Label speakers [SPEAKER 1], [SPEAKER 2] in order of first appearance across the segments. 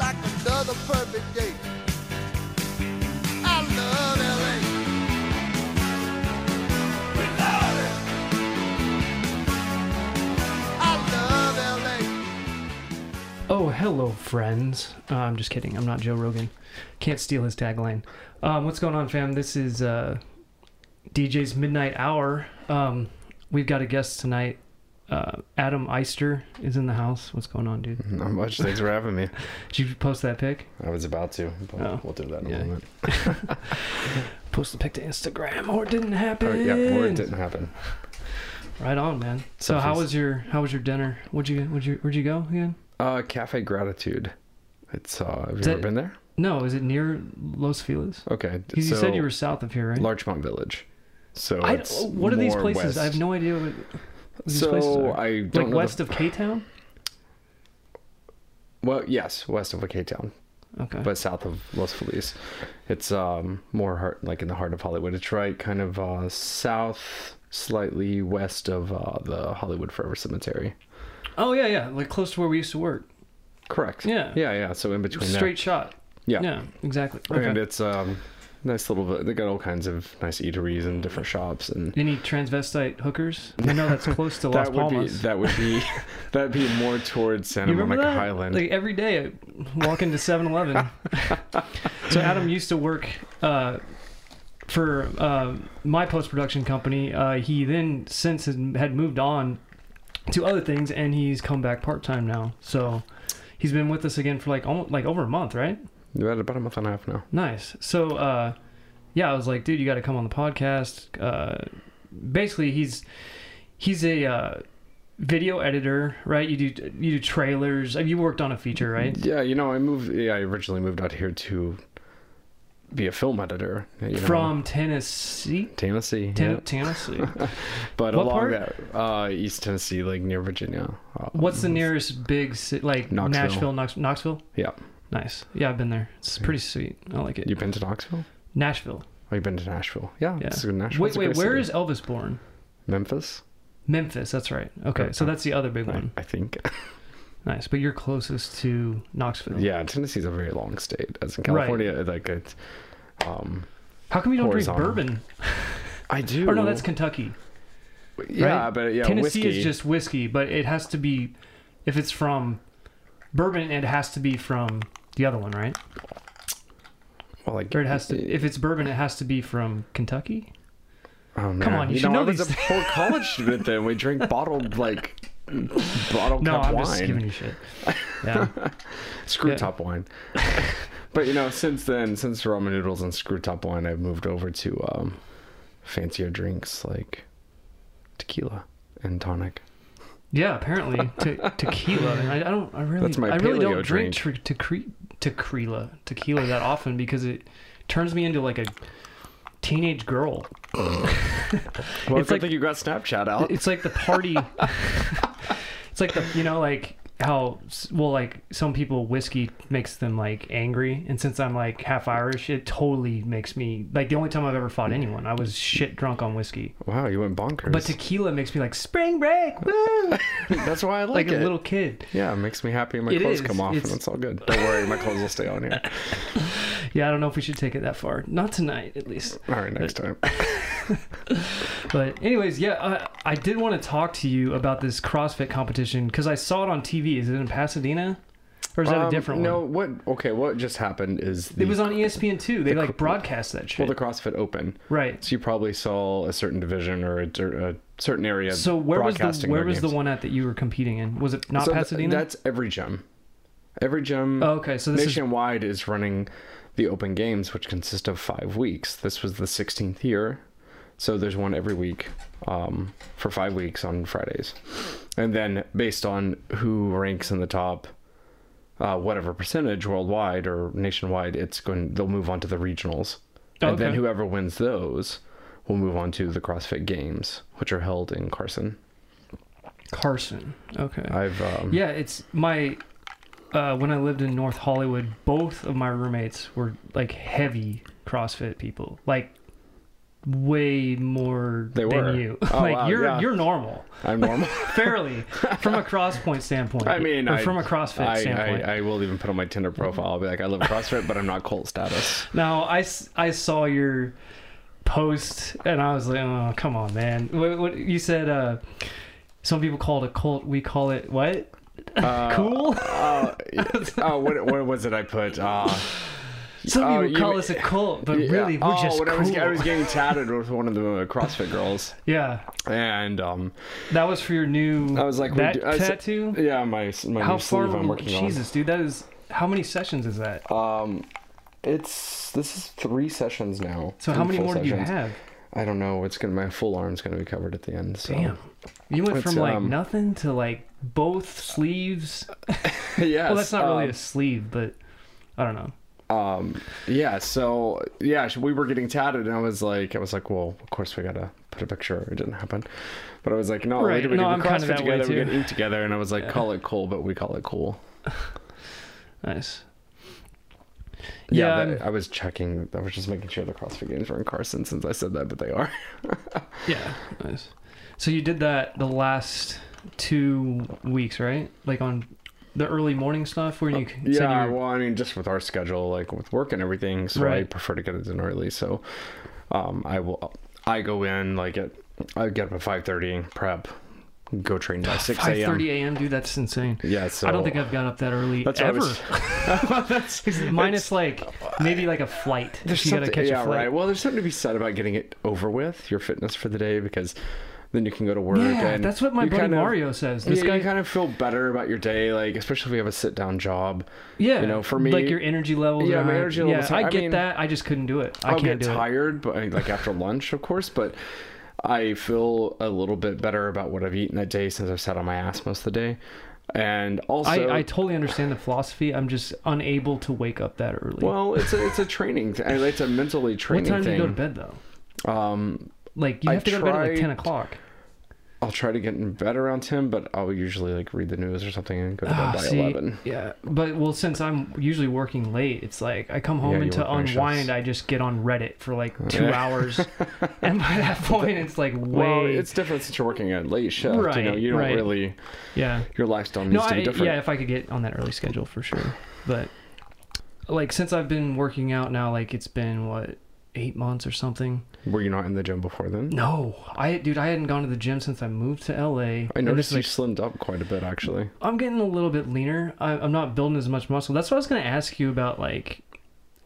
[SPEAKER 1] another perfect day. I love LA. We love it. I love LA.
[SPEAKER 2] Oh, hello, friends. Uh, I'm just kidding. I'm not Joe Rogan. Can't steal his tagline. Um, what's going on, fam? This is uh, DJ's Midnight Hour. Um, we've got a guest tonight. Uh, Adam Eister is in the house. What's going on, dude?
[SPEAKER 3] Not much. Thanks for having me.
[SPEAKER 2] Did you post that pic?
[SPEAKER 3] I was about to. But
[SPEAKER 2] Oh.
[SPEAKER 3] We'll do that in
[SPEAKER 2] Yeah.
[SPEAKER 3] a moment.
[SPEAKER 2] Post the pic to Instagram, or it didn't happen.
[SPEAKER 3] Or, yeah, or it didn't happen.
[SPEAKER 2] Right on, man. So, how was your how was your dinner? Would you would you where'd you go again?
[SPEAKER 3] Uh, Cafe Gratitude. It's uh, have you
[SPEAKER 2] Did-
[SPEAKER 3] ever been there?
[SPEAKER 2] No, is it near Los Feliz?
[SPEAKER 3] Okay.
[SPEAKER 2] You
[SPEAKER 3] so,
[SPEAKER 2] said you were south of here, right?
[SPEAKER 3] Larchmont Village. So
[SPEAKER 2] I,
[SPEAKER 3] it's
[SPEAKER 2] what are these
[SPEAKER 3] more
[SPEAKER 2] places?
[SPEAKER 3] West.
[SPEAKER 2] I have no idea what, what these
[SPEAKER 3] So,
[SPEAKER 2] places are.
[SPEAKER 3] I don't
[SPEAKER 2] like
[SPEAKER 3] know the-
[SPEAKER 2] west of K Town.
[SPEAKER 3] Well, yes, west of K Town,
[SPEAKER 2] Okay.
[SPEAKER 3] but south of Los Feliz. It's um more heart, like in the heart of Hollywood. It's right kind of uh south, slightly west of uh, the Hollywood Forever Cemetery.
[SPEAKER 2] oh yeah, yeah, like close to where we used to work.
[SPEAKER 3] Correct.
[SPEAKER 2] Yeah.
[SPEAKER 3] Yeah, yeah. So in between
[SPEAKER 2] Straight shot.
[SPEAKER 3] there.
[SPEAKER 2] Yeah, exactly.
[SPEAKER 3] and
[SPEAKER 2] Okay.
[SPEAKER 3] it's um nice little they got all kinds of nice eateries and different shops and
[SPEAKER 2] Any transvestite hookers? I know that's close to Las
[SPEAKER 3] that would be
[SPEAKER 2] Palmas.
[SPEAKER 3] that would be that'd be more towards
[SPEAKER 2] you
[SPEAKER 3] santa
[SPEAKER 2] remember
[SPEAKER 3] monica
[SPEAKER 2] that?
[SPEAKER 3] highland
[SPEAKER 2] Like every day, I walk into 7-Eleven. so Adam used to work uh, for uh, my post production company. Uh, he then since had had moved on to other things, and he's come back part time now. So he's been with us again for like almost like over a month, right?
[SPEAKER 3] about, about a month and a half now
[SPEAKER 2] Nice. So, uh, yeah, I was like, dude, you got to come on the podcast. Uh, basically, he's he's a uh, video editor, right? You do you do trailers. I mean, you worked on a feature, right?
[SPEAKER 3] yeah you know i moved yeah i originally moved out here to be a film editor you know,
[SPEAKER 2] From Tennessee,
[SPEAKER 3] tennessee
[SPEAKER 2] Ten-
[SPEAKER 3] yeah.
[SPEAKER 2] Tennessee. what
[SPEAKER 3] but along
[SPEAKER 2] part?
[SPEAKER 3] that uh east tennessee like near virginia uh,
[SPEAKER 2] What's the nearest big city? Like
[SPEAKER 3] Knoxville.
[SPEAKER 2] Nashville, Knox- Knoxville.
[SPEAKER 3] yeah
[SPEAKER 2] Nice. Yeah, I've been there. It's pretty sweet. I like it.
[SPEAKER 3] you've been to knoxville
[SPEAKER 2] Nashville.
[SPEAKER 3] oh you've been to nashville yeah,
[SPEAKER 2] Yeah.
[SPEAKER 3] it's a good nashville
[SPEAKER 2] wait, wait. Where is Elvis born?
[SPEAKER 3] memphis
[SPEAKER 2] Memphis. That's right. Okay, so that's the other big one.
[SPEAKER 3] i think
[SPEAKER 2] Nice. But you're closest to Knoxville.
[SPEAKER 3] Yeah, Tennessee's a very long state. As in
[SPEAKER 2] Right.
[SPEAKER 3] California, like it's. Um,
[SPEAKER 2] How come you don't drink
[SPEAKER 3] Horizontal.
[SPEAKER 2] bourbon?
[SPEAKER 3] I do.
[SPEAKER 2] Or no, that's Kentucky.
[SPEAKER 3] yeah,
[SPEAKER 2] right?
[SPEAKER 3] but yeah,
[SPEAKER 2] Tennessee
[SPEAKER 3] whiskey,
[SPEAKER 2] is just whiskey, but it has to be if it's from bourbon, it has to be from the other one, right?
[SPEAKER 3] well, like
[SPEAKER 2] Or it has to if it's bourbon, it has to be from Kentucky.
[SPEAKER 3] Oh, man.
[SPEAKER 2] Come on, you should know
[SPEAKER 3] I was
[SPEAKER 2] these
[SPEAKER 3] a poor college student then. We drink bottled like bottled
[SPEAKER 2] No,
[SPEAKER 3] top
[SPEAKER 2] I'm
[SPEAKER 3] wine.
[SPEAKER 2] just giving you shit. Yeah,
[SPEAKER 3] Screw
[SPEAKER 2] yeah.
[SPEAKER 3] top wine. but you know, since then, since ramen noodles and screw top wine, I've moved over to um, fancier drinks like tequila and tonic.
[SPEAKER 2] yeah. Apparently, te- tequila. And I, I don't. I really.
[SPEAKER 3] That's my
[SPEAKER 2] I really don't
[SPEAKER 3] paleo
[SPEAKER 2] drink te- tequi- tequila tequila that often because it turns me into like a teenage girl.
[SPEAKER 3] Well,
[SPEAKER 2] It's
[SPEAKER 3] it's good
[SPEAKER 2] like-
[SPEAKER 3] like, thing you got Snapchat out.
[SPEAKER 2] it's like the party it's like the you know like how well like some people whiskey makes them like angry and since i'm like half irish it totally makes me like the only time i've ever fought anyone i was shit drunk on whiskey
[SPEAKER 3] Wow, you went bonkers.
[SPEAKER 2] but tequila makes me like spring break woo!
[SPEAKER 3] that's why I like,
[SPEAKER 2] like
[SPEAKER 3] it.
[SPEAKER 2] a little kid
[SPEAKER 3] Yeah, it makes me happy. and My
[SPEAKER 2] It
[SPEAKER 3] clothes
[SPEAKER 2] is.
[SPEAKER 3] come off,
[SPEAKER 2] It's-
[SPEAKER 3] and it's all good. Don't worry, my clothes will stay on here.
[SPEAKER 2] yeah i don't know if we should take it that far not tonight at least
[SPEAKER 3] All right, next time.
[SPEAKER 2] But anyways, yeah, I, I did want to talk to you about this CrossFit competition because I saw it on TV. Is it in Pasadena, or is that a
[SPEAKER 3] Um,
[SPEAKER 2] different
[SPEAKER 3] No,
[SPEAKER 2] one?
[SPEAKER 3] what? Okay, what just happened is the,
[SPEAKER 2] It was on E ESPN two. They like
[SPEAKER 3] cr-
[SPEAKER 2] broadcast that shit.
[SPEAKER 3] well the CrossFit Open,
[SPEAKER 2] right.
[SPEAKER 3] so you probably saw a certain division or a, cer- a certain area.
[SPEAKER 2] So where was the
[SPEAKER 3] broadcasting
[SPEAKER 2] where
[SPEAKER 3] their
[SPEAKER 2] was the
[SPEAKER 3] games.
[SPEAKER 2] one at that you were competing in? Was it not
[SPEAKER 3] So th-
[SPEAKER 2] Pasadena?
[SPEAKER 3] that's every gym. Every gym.
[SPEAKER 2] Oh, okay, so this is-
[SPEAKER 3] nationwide is... running the Open Games, which consist of five weeks. This was the 16th year, so there's one every week um, for five weeks on Fridays, and then based on who ranks in the top. Uh, whatever percentage worldwide or nationwide, it's going. They'll move on to the regionals, and then
[SPEAKER 2] Okay.
[SPEAKER 3] whoever wins those will move on to the CrossFit Games, which are held in Carson.
[SPEAKER 2] Carson. Okay.
[SPEAKER 3] I've um,
[SPEAKER 2] yeah, it's my. Uh, when I lived in North Hollywood, both of my roommates were like heavy CrossFit people, like way more
[SPEAKER 3] They
[SPEAKER 2] than
[SPEAKER 3] were.
[SPEAKER 2] you.
[SPEAKER 3] Oh,
[SPEAKER 2] like
[SPEAKER 3] wow,
[SPEAKER 2] you're
[SPEAKER 3] yeah.
[SPEAKER 2] you're normal,
[SPEAKER 3] I'm normal.
[SPEAKER 2] fairly from a cross point standpoint.
[SPEAKER 3] I mean,
[SPEAKER 2] or
[SPEAKER 3] I,
[SPEAKER 2] from a CrossFit
[SPEAKER 3] I,
[SPEAKER 2] standpoint.
[SPEAKER 3] I, I will even put on my Tinder profile. I'll be like, I love CrossFit, but I'm not cult status.
[SPEAKER 2] Now I, s- I saw your post and I was like, oh come on, man. What, what you said? Uh, some people call it a cult. We call it what?
[SPEAKER 3] Uh,
[SPEAKER 2] cool.
[SPEAKER 3] Uh, oh, what, what was it I put? Uh,
[SPEAKER 2] Some
[SPEAKER 3] oh,
[SPEAKER 2] people
[SPEAKER 3] you
[SPEAKER 2] call
[SPEAKER 3] mean-
[SPEAKER 2] us a cult, but
[SPEAKER 3] yeah.
[SPEAKER 2] really we're
[SPEAKER 3] oh,
[SPEAKER 2] just
[SPEAKER 3] when
[SPEAKER 2] cool.
[SPEAKER 3] I was, I was getting tatted with one of the uh, CrossFit girls,
[SPEAKER 2] yeah,
[SPEAKER 3] and um,
[SPEAKER 2] that was for your new.
[SPEAKER 3] I was like, we
[SPEAKER 2] that
[SPEAKER 3] do- I said-
[SPEAKER 2] tattoo.
[SPEAKER 3] yeah, my my
[SPEAKER 2] how
[SPEAKER 3] new
[SPEAKER 2] far?
[SPEAKER 3] sleeve I'm working
[SPEAKER 2] Jesus, dude, that is how many sessions is that?
[SPEAKER 3] on. Um, it's this is three sessions now.
[SPEAKER 2] So how
[SPEAKER 3] three
[SPEAKER 2] many
[SPEAKER 3] full
[SPEAKER 2] more do you
[SPEAKER 3] sessions.
[SPEAKER 2] have?
[SPEAKER 3] I don't know. It's gonna my full arm's gonna be covered at the end. So.
[SPEAKER 2] Damn. You went
[SPEAKER 3] It's,
[SPEAKER 2] from like
[SPEAKER 3] um,
[SPEAKER 2] nothing to like both sleeves.
[SPEAKER 3] yes.
[SPEAKER 2] Well, that's not really
[SPEAKER 3] um,
[SPEAKER 2] a sleeve, but I don't know.
[SPEAKER 3] um yeah so yeah sh- we were getting tatted and i was like i was like well of course we gotta put a picture it didn't happen but i was like no
[SPEAKER 2] Right,
[SPEAKER 3] later we
[SPEAKER 2] no,
[SPEAKER 3] do
[SPEAKER 2] I'm kinda
[SPEAKER 3] CrossFit
[SPEAKER 2] that way
[SPEAKER 3] together we
[SPEAKER 2] too.
[SPEAKER 3] get ink together and i was like call it cool but we call it cool
[SPEAKER 2] Nice.
[SPEAKER 3] yeah,
[SPEAKER 2] Yeah,
[SPEAKER 3] that, i was checking i was just making sure the crossfit games were in carson since i said that but they are
[SPEAKER 2] Yeah, nice. So you did that the last two weeks, right? Like on the early morning stuff where you c- said
[SPEAKER 3] Uh, yeah
[SPEAKER 2] you were,
[SPEAKER 3] well i mean just with our schedule like with work and everything so i
[SPEAKER 2] Right.
[SPEAKER 3] prefer to get it done early so um i will i go in like at i get up at 5.30 prep go train by 6
[SPEAKER 2] five
[SPEAKER 3] a.m
[SPEAKER 2] thirty a.m. Dude, that's insane.
[SPEAKER 3] yeah so
[SPEAKER 2] I don't think I've gone up that early
[SPEAKER 3] That's what I
[SPEAKER 2] ever.
[SPEAKER 3] was-
[SPEAKER 2] that's minus like maybe like a flight.
[SPEAKER 3] There's
[SPEAKER 2] you gotta
[SPEAKER 3] something-
[SPEAKER 2] catch
[SPEAKER 3] yeah,
[SPEAKER 2] a flight.
[SPEAKER 3] right. Well, there's something to be said about getting it over with, your fitness for the day, because then you can go to work.
[SPEAKER 2] Yeah,
[SPEAKER 3] and
[SPEAKER 2] that's what my
[SPEAKER 3] you
[SPEAKER 2] buddy
[SPEAKER 3] kind of-
[SPEAKER 2] Mario says.
[SPEAKER 3] Yeah,
[SPEAKER 2] This guy,
[SPEAKER 3] you kind of feel better about your day, like especially if you have a sit down job.
[SPEAKER 2] yeah,
[SPEAKER 3] you know, for me-
[SPEAKER 2] like your energy levels.
[SPEAKER 3] Yeah,
[SPEAKER 2] are
[SPEAKER 3] my
[SPEAKER 2] high.
[SPEAKER 3] energy
[SPEAKER 2] Yeah,
[SPEAKER 3] levels are-
[SPEAKER 2] I
[SPEAKER 3] I
[SPEAKER 2] get
[SPEAKER 3] mean,
[SPEAKER 2] that. I just couldn't do it. I
[SPEAKER 3] I'll
[SPEAKER 2] can't
[SPEAKER 3] get
[SPEAKER 2] do it.
[SPEAKER 3] tired, but like after lunch, of course. But I feel a little bit better about what I've eaten that day since I've sat on my ass most of the day, and also
[SPEAKER 2] I, I totally understand the philosophy. I'm just unable to wake up that early.
[SPEAKER 3] well, it's a it's a training. th- It's a mentally
[SPEAKER 2] what
[SPEAKER 3] training
[SPEAKER 2] time do
[SPEAKER 3] thing.
[SPEAKER 2] you go to bed though?
[SPEAKER 3] Um,
[SPEAKER 2] Like you
[SPEAKER 3] I
[SPEAKER 2] have to go to bed at like
[SPEAKER 3] tried-
[SPEAKER 2] ten o'clock.
[SPEAKER 3] I'll try to get in bed around 10, but I'll usually like read the news or something and go to bed
[SPEAKER 2] Ah,
[SPEAKER 3] by
[SPEAKER 2] see,
[SPEAKER 3] 11.
[SPEAKER 2] Yeah, but well, since I'm usually working late, it's like I come home
[SPEAKER 3] Yeah,
[SPEAKER 2] and
[SPEAKER 3] you
[SPEAKER 2] to
[SPEAKER 3] work night
[SPEAKER 2] unwind,
[SPEAKER 3] shifts.
[SPEAKER 2] I just get on Reddit for like two
[SPEAKER 3] Yeah.
[SPEAKER 2] hours, and by that point, it's like way.
[SPEAKER 3] Well, it's different since you're working a late shift. you know,
[SPEAKER 2] Right,
[SPEAKER 3] you don't
[SPEAKER 2] right.
[SPEAKER 3] really,
[SPEAKER 2] yeah.
[SPEAKER 3] your lifestyle needs
[SPEAKER 2] No,
[SPEAKER 3] to
[SPEAKER 2] I,
[SPEAKER 3] be different.
[SPEAKER 2] yeah, if I could get on that early schedule for sure, but like since I've been working out now, like it's been what eight months or something.
[SPEAKER 3] Were you not in the gym before then?
[SPEAKER 2] No, I dude, I hadn't gone to the gym since I moved to LA.
[SPEAKER 3] I
[SPEAKER 2] and
[SPEAKER 3] noticed
[SPEAKER 2] this
[SPEAKER 3] you
[SPEAKER 2] is
[SPEAKER 3] slimmed up quite a bit actually.
[SPEAKER 2] I'm getting a little bit leaner. I, I'm not building as much muscle. That's what I was gonna ask you about, like,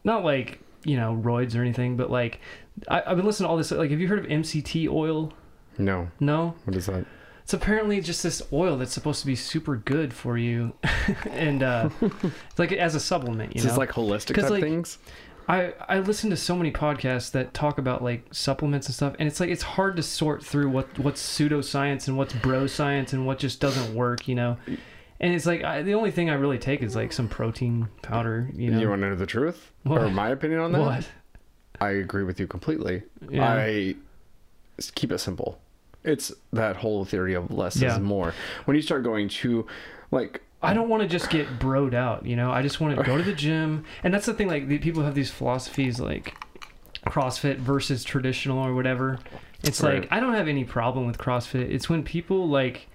[SPEAKER 2] not like you know roids or anything, but like, I, I've been listening to all this. Like, have you heard of MCT oil?
[SPEAKER 3] No.
[SPEAKER 2] No,
[SPEAKER 3] What is that?
[SPEAKER 2] it's apparently just this oil that's supposed to be super good for you, and uh, it's like as a supplement. You
[SPEAKER 3] Is
[SPEAKER 2] know,
[SPEAKER 3] this like holistic
[SPEAKER 2] 'Cause,
[SPEAKER 3] type
[SPEAKER 2] like,
[SPEAKER 3] things?
[SPEAKER 2] I I listen to so many podcasts that talk about like supplements and stuff, and it's like it's hard to sort through what what's pseudoscience and what's bro science and what just doesn't work, you know. And it's like I, the only thing I really take is like some protein powder, you
[SPEAKER 3] You,
[SPEAKER 2] know.
[SPEAKER 3] want to know the truth? Or
[SPEAKER 2] What?
[SPEAKER 3] my opinion on that?
[SPEAKER 2] what?
[SPEAKER 3] I agree with you completely.
[SPEAKER 2] Yeah.
[SPEAKER 3] I s- keep it simple. It's that whole theory of less
[SPEAKER 2] Yeah.
[SPEAKER 3] is more. When you start going to like
[SPEAKER 2] I don't want to just get broed out, you know. I just want to go to the gym, and that's the thing. Like the people have these philosophies, like CrossFit versus traditional or whatever. It's
[SPEAKER 3] Right.
[SPEAKER 2] like I don't have any problem with CrossFit. It's when people like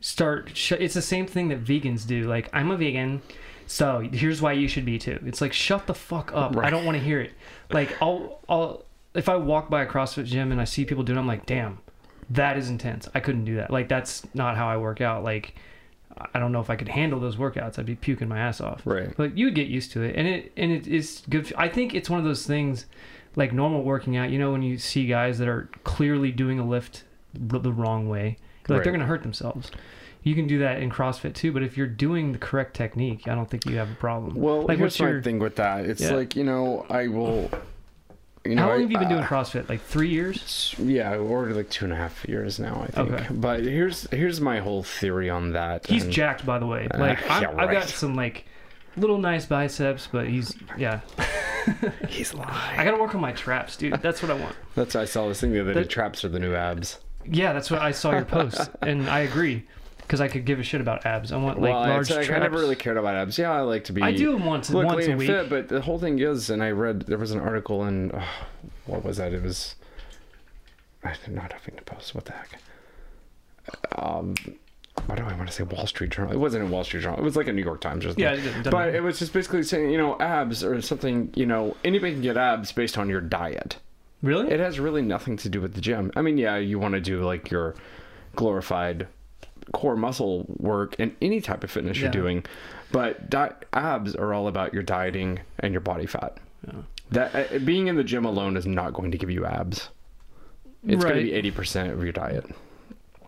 [SPEAKER 2] start. Sh- it's the same thing that vegans do. Like I'm a vegan, so here's why you should be too. It's like shut the fuck up. I
[SPEAKER 3] Right.
[SPEAKER 2] don't want to hear it. Like I'll, I'll if I walk by a CrossFit gym and I see people doing, it, I'm like, damn, that is intense. I couldn't do that. Like that's not how I work out. Like I don't know if I could handle those workouts. I'd be puking my ass off.
[SPEAKER 3] Right.
[SPEAKER 2] But you would get used to it, and it and it is good. I think it's one of those things, like normal working out. You know, when you see guys that are clearly doing a lift r- the wrong way, like
[SPEAKER 3] Right.
[SPEAKER 2] they're gonna hurt themselves. You can do that in CrossFit too, but if you're doing the correct technique, I don't think you have a problem.
[SPEAKER 3] Well,
[SPEAKER 2] like
[SPEAKER 3] here's
[SPEAKER 2] what's
[SPEAKER 3] my
[SPEAKER 2] your?
[SPEAKER 3] thing with that. It's
[SPEAKER 2] Yeah.
[SPEAKER 3] like you know, I will. You know,
[SPEAKER 2] how long
[SPEAKER 3] I- uh,
[SPEAKER 2] have you been
[SPEAKER 3] I-
[SPEAKER 2] doing CrossFit? Like three years.
[SPEAKER 3] s- yeah, or like two and a half years now, I think.
[SPEAKER 2] Okay.
[SPEAKER 3] But here's here's my whole theory on that.
[SPEAKER 2] He's
[SPEAKER 3] and-
[SPEAKER 2] jacked, by the way.
[SPEAKER 3] Uh,
[SPEAKER 2] Like I'm,
[SPEAKER 3] yeah,
[SPEAKER 2] I've got
[SPEAKER 3] right.
[SPEAKER 2] some like little nice biceps, but he's yeah.
[SPEAKER 3] He's
[SPEAKER 2] I
[SPEAKER 3] lying.
[SPEAKER 2] gotta work on my traps, dude. That's what I want.
[SPEAKER 3] That's why I saw this thing the other day.
[SPEAKER 2] That-
[SPEAKER 3] Traps are the new abs.
[SPEAKER 2] Yeah, that's what I saw your post, and I agree because I could give a shit about abs. I want like
[SPEAKER 3] well,
[SPEAKER 2] large
[SPEAKER 3] it's like, I
[SPEAKER 2] traps.
[SPEAKER 3] never really cared about abs. Yeah, I like to be.
[SPEAKER 2] I do once
[SPEAKER 3] look
[SPEAKER 2] once
[SPEAKER 3] lean
[SPEAKER 2] a
[SPEAKER 3] and
[SPEAKER 2] week.
[SPEAKER 3] fit, but the whole thing is, and I read there was an article in oh, what was that? It was not Huffington Post. What the heck? Um, why do I want to say Wall Street Journal? It wasn't a Wall Street Journal. It was like a New York Times or something.
[SPEAKER 2] Yeah, it doesn't
[SPEAKER 3] but
[SPEAKER 2] matter.
[SPEAKER 3] it was just basically saying, you know, abs or something. You know, anybody can get abs based on your diet.
[SPEAKER 2] Really?
[SPEAKER 3] It has really nothing to do with the gym. I mean, yeah, you want to do like your glorified core muscle work and any type of fitness you're
[SPEAKER 2] Yeah.
[SPEAKER 3] doing, but di- abs are all about your dieting and your body fat. That uh, being in the gym alone is not going to give you abs. It's going to
[SPEAKER 2] Right.
[SPEAKER 3] be eighty percent of your diet.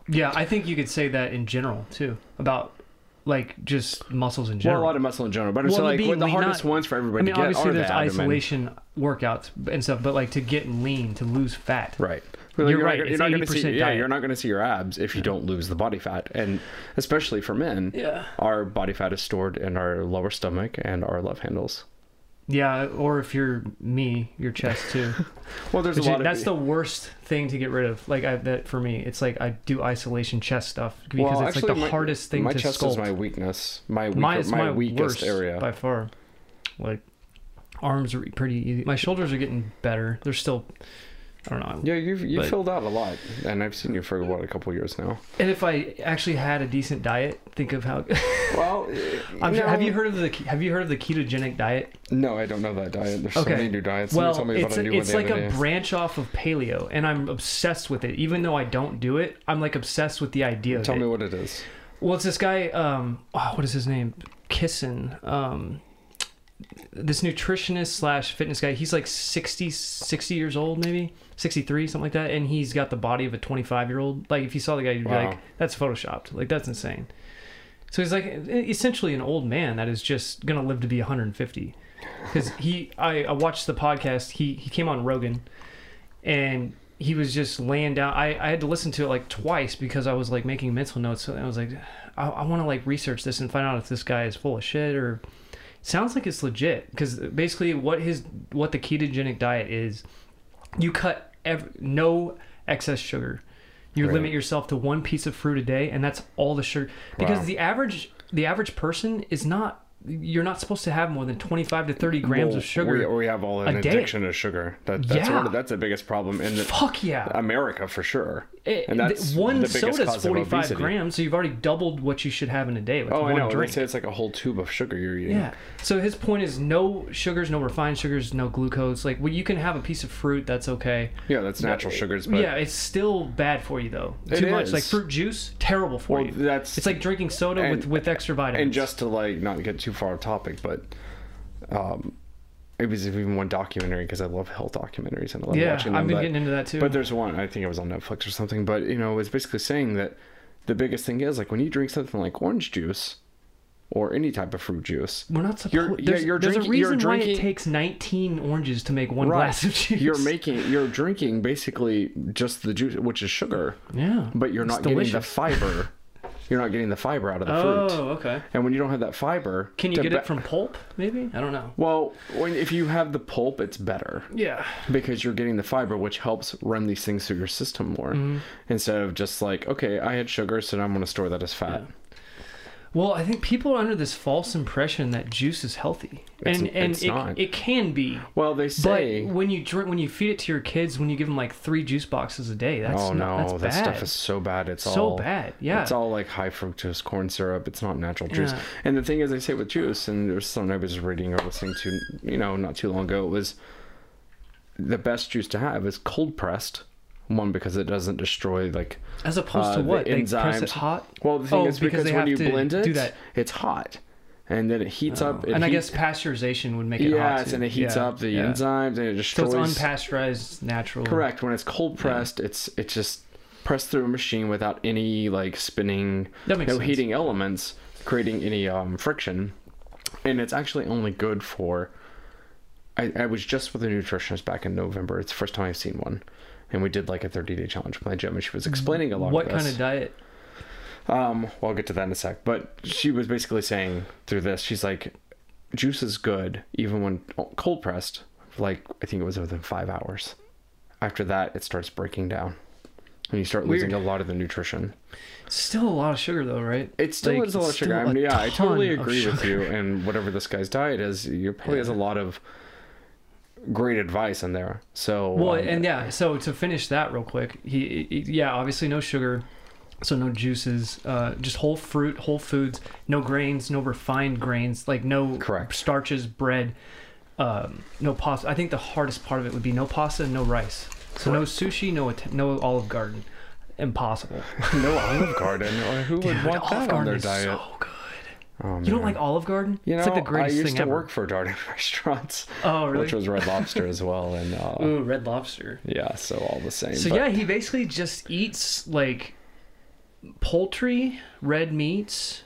[SPEAKER 2] yeah, I think you could say that in general too about like just muscles in general.
[SPEAKER 3] Well, a lot of muscle in general, but I'm
[SPEAKER 2] Well,
[SPEAKER 3] saying,
[SPEAKER 2] and
[SPEAKER 3] like
[SPEAKER 2] being
[SPEAKER 3] the
[SPEAKER 2] lean,
[SPEAKER 3] hardest
[SPEAKER 2] not-
[SPEAKER 3] ones for
[SPEAKER 2] I
[SPEAKER 3] everybody
[SPEAKER 2] mean,
[SPEAKER 3] to get
[SPEAKER 2] obviously
[SPEAKER 3] are
[SPEAKER 2] there's
[SPEAKER 3] the abdomen.
[SPEAKER 2] isolation workouts and stuff, but like to get lean, to lose fat.
[SPEAKER 3] Right.
[SPEAKER 2] You're right,
[SPEAKER 3] Not,
[SPEAKER 2] it's
[SPEAKER 3] you're not gonna
[SPEAKER 2] 80%
[SPEAKER 3] see, yeah,
[SPEAKER 2] diet.
[SPEAKER 3] you're not going to see your abs if you don't lose the body fat, and especially for men,
[SPEAKER 2] Yeah.
[SPEAKER 3] our body fat is stored in our lower stomach and our love handles.
[SPEAKER 2] Yeah, or if you're me, your chest too.
[SPEAKER 3] Well, there's
[SPEAKER 2] Which
[SPEAKER 3] a
[SPEAKER 2] is-
[SPEAKER 3] lot
[SPEAKER 2] that's
[SPEAKER 3] of
[SPEAKER 2] the worst thing to get rid of. Like I, that for me, it's like I do isolation chest stuff because
[SPEAKER 3] well,
[SPEAKER 2] it's
[SPEAKER 3] actually,
[SPEAKER 2] like the
[SPEAKER 3] my-
[SPEAKER 2] hardest thing
[SPEAKER 3] My
[SPEAKER 2] to
[SPEAKER 3] chest
[SPEAKER 2] sculpt.
[SPEAKER 3] is my weakness. My weaker,
[SPEAKER 2] Mine is
[SPEAKER 3] my,
[SPEAKER 2] my
[SPEAKER 3] weakest
[SPEAKER 2] worst
[SPEAKER 3] area.
[SPEAKER 2] by far. Like arms are pretty easy. My shoulders are getting better. They're still, I don't know.
[SPEAKER 3] yeah, you've you
[SPEAKER 2] but-
[SPEAKER 3] have filled out a lot, and I've seen you for what a couple years now.
[SPEAKER 2] And if I actually had a decent diet, think of how.
[SPEAKER 3] Well,
[SPEAKER 2] I'm sure, have you heard of the Have you heard of the ketogenic diet?
[SPEAKER 3] No, I don't know that diet. There's
[SPEAKER 2] Okay.
[SPEAKER 3] so many new diets. Somebody
[SPEAKER 2] Well,
[SPEAKER 3] told me about
[SPEAKER 2] it's,
[SPEAKER 3] a new one
[SPEAKER 2] it's
[SPEAKER 3] the
[SPEAKER 2] like
[SPEAKER 3] other
[SPEAKER 2] a
[SPEAKER 3] day.
[SPEAKER 2] branch off of paleo, and I'm obsessed with it. Even though I don't do it, I'm like obsessed with the idea.
[SPEAKER 3] Tell
[SPEAKER 2] of it.
[SPEAKER 3] me what it is.
[SPEAKER 2] Well, it's this guy. Um, oh, what is his name? Kissin. Um, this nutritionist slash fitness guy. He's like 60, 60 years old, maybe sixty three, something like that. And he's got the body of a twenty five year old. Like if you saw the guy, you'd
[SPEAKER 3] Wow.
[SPEAKER 2] be like, "That's photoshopped. Like that's insane." So he's like e-, essentially an old man that is just gonna live to be one hundred and fifty. Because he, I, I watched the podcast. He he came on Rogan and he was just laying down. I, I had to listen to it like twice because I was like making mental notes. And I was like, I, I want to like research this and find out if this guy is full of shit or sounds like it's legit. Because basically, what his what the ketogenic diet is, you cut ev- no excess sugar. You
[SPEAKER 3] Right.
[SPEAKER 2] limit yourself to one piece of fruit a day, and that's all the sugar. Because
[SPEAKER 3] Wow.
[SPEAKER 2] the average the average person is not. You're not supposed to have more than 25 to 30 grams
[SPEAKER 3] Well,
[SPEAKER 2] of sugar.
[SPEAKER 3] We, we have all an
[SPEAKER 2] a day.
[SPEAKER 3] addiction to sugar. That, that's
[SPEAKER 2] Yeah.
[SPEAKER 3] one of- that's the biggest problem in the,
[SPEAKER 2] Fuck yeah!
[SPEAKER 3] America for sure.
[SPEAKER 2] It-
[SPEAKER 3] and that's
[SPEAKER 2] Eh, th- one
[SPEAKER 3] the biggest
[SPEAKER 2] soda's
[SPEAKER 3] cause of
[SPEAKER 2] 45
[SPEAKER 3] obesity.
[SPEAKER 2] grams, so you've already doubled what you should have in a day with
[SPEAKER 3] Oh,
[SPEAKER 2] one
[SPEAKER 3] I know. They
[SPEAKER 2] drink.
[SPEAKER 3] say it's like a whole tube of sugar you're eating.
[SPEAKER 2] Yeah. So his point is no sugars, no refined sugars, no glucose. Like, well, you can have a piece of fruit, that's okay.
[SPEAKER 3] Yeah, that's natural sugars, but
[SPEAKER 2] yeah, it's still bad for you though.
[SPEAKER 3] It
[SPEAKER 2] Too much,
[SPEAKER 3] is.
[SPEAKER 2] like fruit juice, terrible for
[SPEAKER 3] Well,
[SPEAKER 2] you.
[SPEAKER 3] that's-
[SPEAKER 2] it's like drinking soda
[SPEAKER 3] and-
[SPEAKER 2] with with extra vitamins.
[SPEAKER 3] and just to like not get too far off topic, but um, it was even one documentary because I love health documentaries and I love
[SPEAKER 2] yeah, I've
[SPEAKER 3] watching
[SPEAKER 2] been
[SPEAKER 3] them. but,
[SPEAKER 2] getting into that too.
[SPEAKER 3] but there's one I think it was on Netflix or something. But you know, it's basically saying that the biggest thing is like when you drink something like orange juice or any type of fruit juice,
[SPEAKER 2] we're not supposed.
[SPEAKER 3] you're-
[SPEAKER 2] to there's,
[SPEAKER 3] yeah, you're
[SPEAKER 2] there's
[SPEAKER 3] drinking-
[SPEAKER 2] a
[SPEAKER 3] you're
[SPEAKER 2] reason why it
[SPEAKER 3] drinking-
[SPEAKER 2] takes 19 oranges to make one glass of juice.
[SPEAKER 3] You're making you're drinking basically just the juice, which is sugar.
[SPEAKER 2] Yeah.
[SPEAKER 3] But you're
[SPEAKER 2] It's
[SPEAKER 3] not getting the
[SPEAKER 2] delicious.
[SPEAKER 3] fiber. You're not getting the fiber out of the
[SPEAKER 2] Oh,
[SPEAKER 3] fruit.
[SPEAKER 2] okay.
[SPEAKER 3] And when you don't have that fiber,
[SPEAKER 2] Can you
[SPEAKER 3] to
[SPEAKER 2] get
[SPEAKER 3] ba-
[SPEAKER 2] it from pulp? Maybe I don't know.
[SPEAKER 3] Well, when, if you have the pulp, it's better
[SPEAKER 2] Yeah.
[SPEAKER 3] because you're getting the fiber, which helps run these things through your system more,
[SPEAKER 2] Mm-hmm.
[SPEAKER 3] instead of just like, okay, I had sugar, so now I'm going to store that as fat.
[SPEAKER 2] Well, I think people are under this false impression that juice is healthy,
[SPEAKER 3] It's-
[SPEAKER 2] and and
[SPEAKER 3] it's
[SPEAKER 2] it,
[SPEAKER 3] not.
[SPEAKER 2] it can be.
[SPEAKER 3] Well, they say,
[SPEAKER 2] but when you drink, when you feed it to your kids, when you give them like three juice boxes a day, that's
[SPEAKER 3] oh
[SPEAKER 2] not,
[SPEAKER 3] no,
[SPEAKER 2] that's
[SPEAKER 3] that
[SPEAKER 2] bad.
[SPEAKER 3] stuff is so bad. It's
[SPEAKER 2] So
[SPEAKER 3] all
[SPEAKER 2] bad, yeah.
[SPEAKER 3] It's all like high fructose corn syrup. It's not natural juice.
[SPEAKER 2] Yeah.
[SPEAKER 3] And the thing is, they say with juice, and there's something I was reading or listening to, you know, not too long ago, it was the best juice to have is cold pressed. One because it doesn't destroy like
[SPEAKER 2] as opposed
[SPEAKER 3] uh,
[SPEAKER 2] to what
[SPEAKER 3] the
[SPEAKER 2] they
[SPEAKER 3] enzymes.
[SPEAKER 2] press it hot.
[SPEAKER 3] Well, the thing
[SPEAKER 2] Oh,
[SPEAKER 3] is because,
[SPEAKER 2] they
[SPEAKER 3] when
[SPEAKER 2] have
[SPEAKER 3] you
[SPEAKER 2] to
[SPEAKER 3] blend it,
[SPEAKER 2] do that. Oh.
[SPEAKER 3] it's hot, and then it heats up. It
[SPEAKER 2] and I
[SPEAKER 3] heat-
[SPEAKER 2] guess pasteurization would make it hot.
[SPEAKER 3] yes,
[SPEAKER 2] too.
[SPEAKER 3] and it heats
[SPEAKER 2] Yeah,
[SPEAKER 3] up the
[SPEAKER 2] yeah.
[SPEAKER 3] enzymes and it
[SPEAKER 2] So
[SPEAKER 3] destroys.
[SPEAKER 2] it's unpasteurized, natural.
[SPEAKER 3] Correct. When it's cold pressed, it's it's just pressed through a machine without any like spinning,
[SPEAKER 2] That makes
[SPEAKER 3] no
[SPEAKER 2] sense.
[SPEAKER 3] heating elements creating any um, friction, and it's actually only good for. I, I was just with a nutritionist back in November. It's the first time I've seen one, and we did like a 30 day challenge with my gym, and she was explaining a lot.
[SPEAKER 2] Mm-hmm. What
[SPEAKER 3] of
[SPEAKER 2] kind
[SPEAKER 3] this.
[SPEAKER 2] of diet?
[SPEAKER 3] Um, well, I'll get to that in a sec. But she was basically saying through this, she's like, juice is good even when cold pressed. Like I think it was within five hours. After that, it starts breaking down, and you start losing a lot of the nutrition.
[SPEAKER 2] Still a lot of sugar though, right?
[SPEAKER 3] It still
[SPEAKER 2] Like,
[SPEAKER 3] is a lot of
[SPEAKER 2] still
[SPEAKER 3] sugar. I mean, yeah, I
[SPEAKER 2] ton
[SPEAKER 3] totally
[SPEAKER 2] of
[SPEAKER 3] agree with
[SPEAKER 2] sugar.
[SPEAKER 3] you. And whatever this guy's diet is, you probably has a lot of great advice in there. So
[SPEAKER 2] Well,
[SPEAKER 3] um,
[SPEAKER 2] and yeah, so to finish that real quick, he, he- yeah, obviously no sugar, so no juices, uh, just whole fruit, whole foods, no grains, no refined grains, like no
[SPEAKER 3] Correct.
[SPEAKER 2] starches, bread, um, no pasta. I think the hardest part of it would be no pasta, and no rice, so no sushi, no att- no Olive Garden, impossible.
[SPEAKER 3] no Olive Garden. Or who would
[SPEAKER 2] Dude,
[SPEAKER 3] want that on their diet?
[SPEAKER 2] so good.
[SPEAKER 3] Oh,
[SPEAKER 2] You don't
[SPEAKER 3] man.
[SPEAKER 2] like Olive Garden?
[SPEAKER 3] You know,
[SPEAKER 2] it's like the greatest
[SPEAKER 3] I used
[SPEAKER 2] thing
[SPEAKER 3] to
[SPEAKER 2] ever.
[SPEAKER 3] work for Darden restaurants,
[SPEAKER 2] Oh, really?
[SPEAKER 3] which was Red Lobster as well, and uh,
[SPEAKER 2] Ooh, Red Lobster.
[SPEAKER 3] yeah, so all the same.
[SPEAKER 2] So
[SPEAKER 3] but-
[SPEAKER 2] yeah, he basically just eats like poultry, red meats,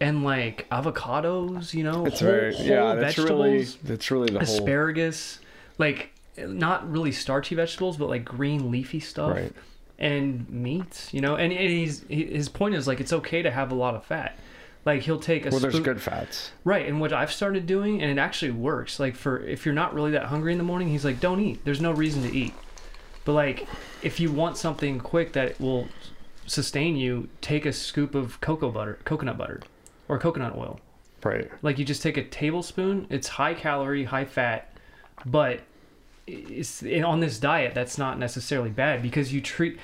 [SPEAKER 2] and like avocados. You know,
[SPEAKER 3] it's
[SPEAKER 2] whole,
[SPEAKER 3] very
[SPEAKER 2] whole
[SPEAKER 3] yeah. That's really
[SPEAKER 2] vegetables,
[SPEAKER 3] that's really the whole
[SPEAKER 2] asparagus, like not really starchy vegetables, but like green leafy stuff.
[SPEAKER 3] Right.
[SPEAKER 2] And meats, you know, and, and he's he- his point is like it's okay to have a lot of fat. Like he'll take a
[SPEAKER 3] Well, there's
[SPEAKER 2] spoon,
[SPEAKER 3] good fats.
[SPEAKER 2] Right, and what I've started doing, and it actually works. Like for if you're not really that hungry in the morning, he's like, "Don't eat. There's no reason to eat." But like, if you want something quick that will sustain you, take a scoop of cocoa butter, coconut butter, or coconut oil.
[SPEAKER 3] Right.
[SPEAKER 2] Like you just take a tablespoon. It's high calorie, high fat, but it's and on this diet that's not necessarily bad because you treat.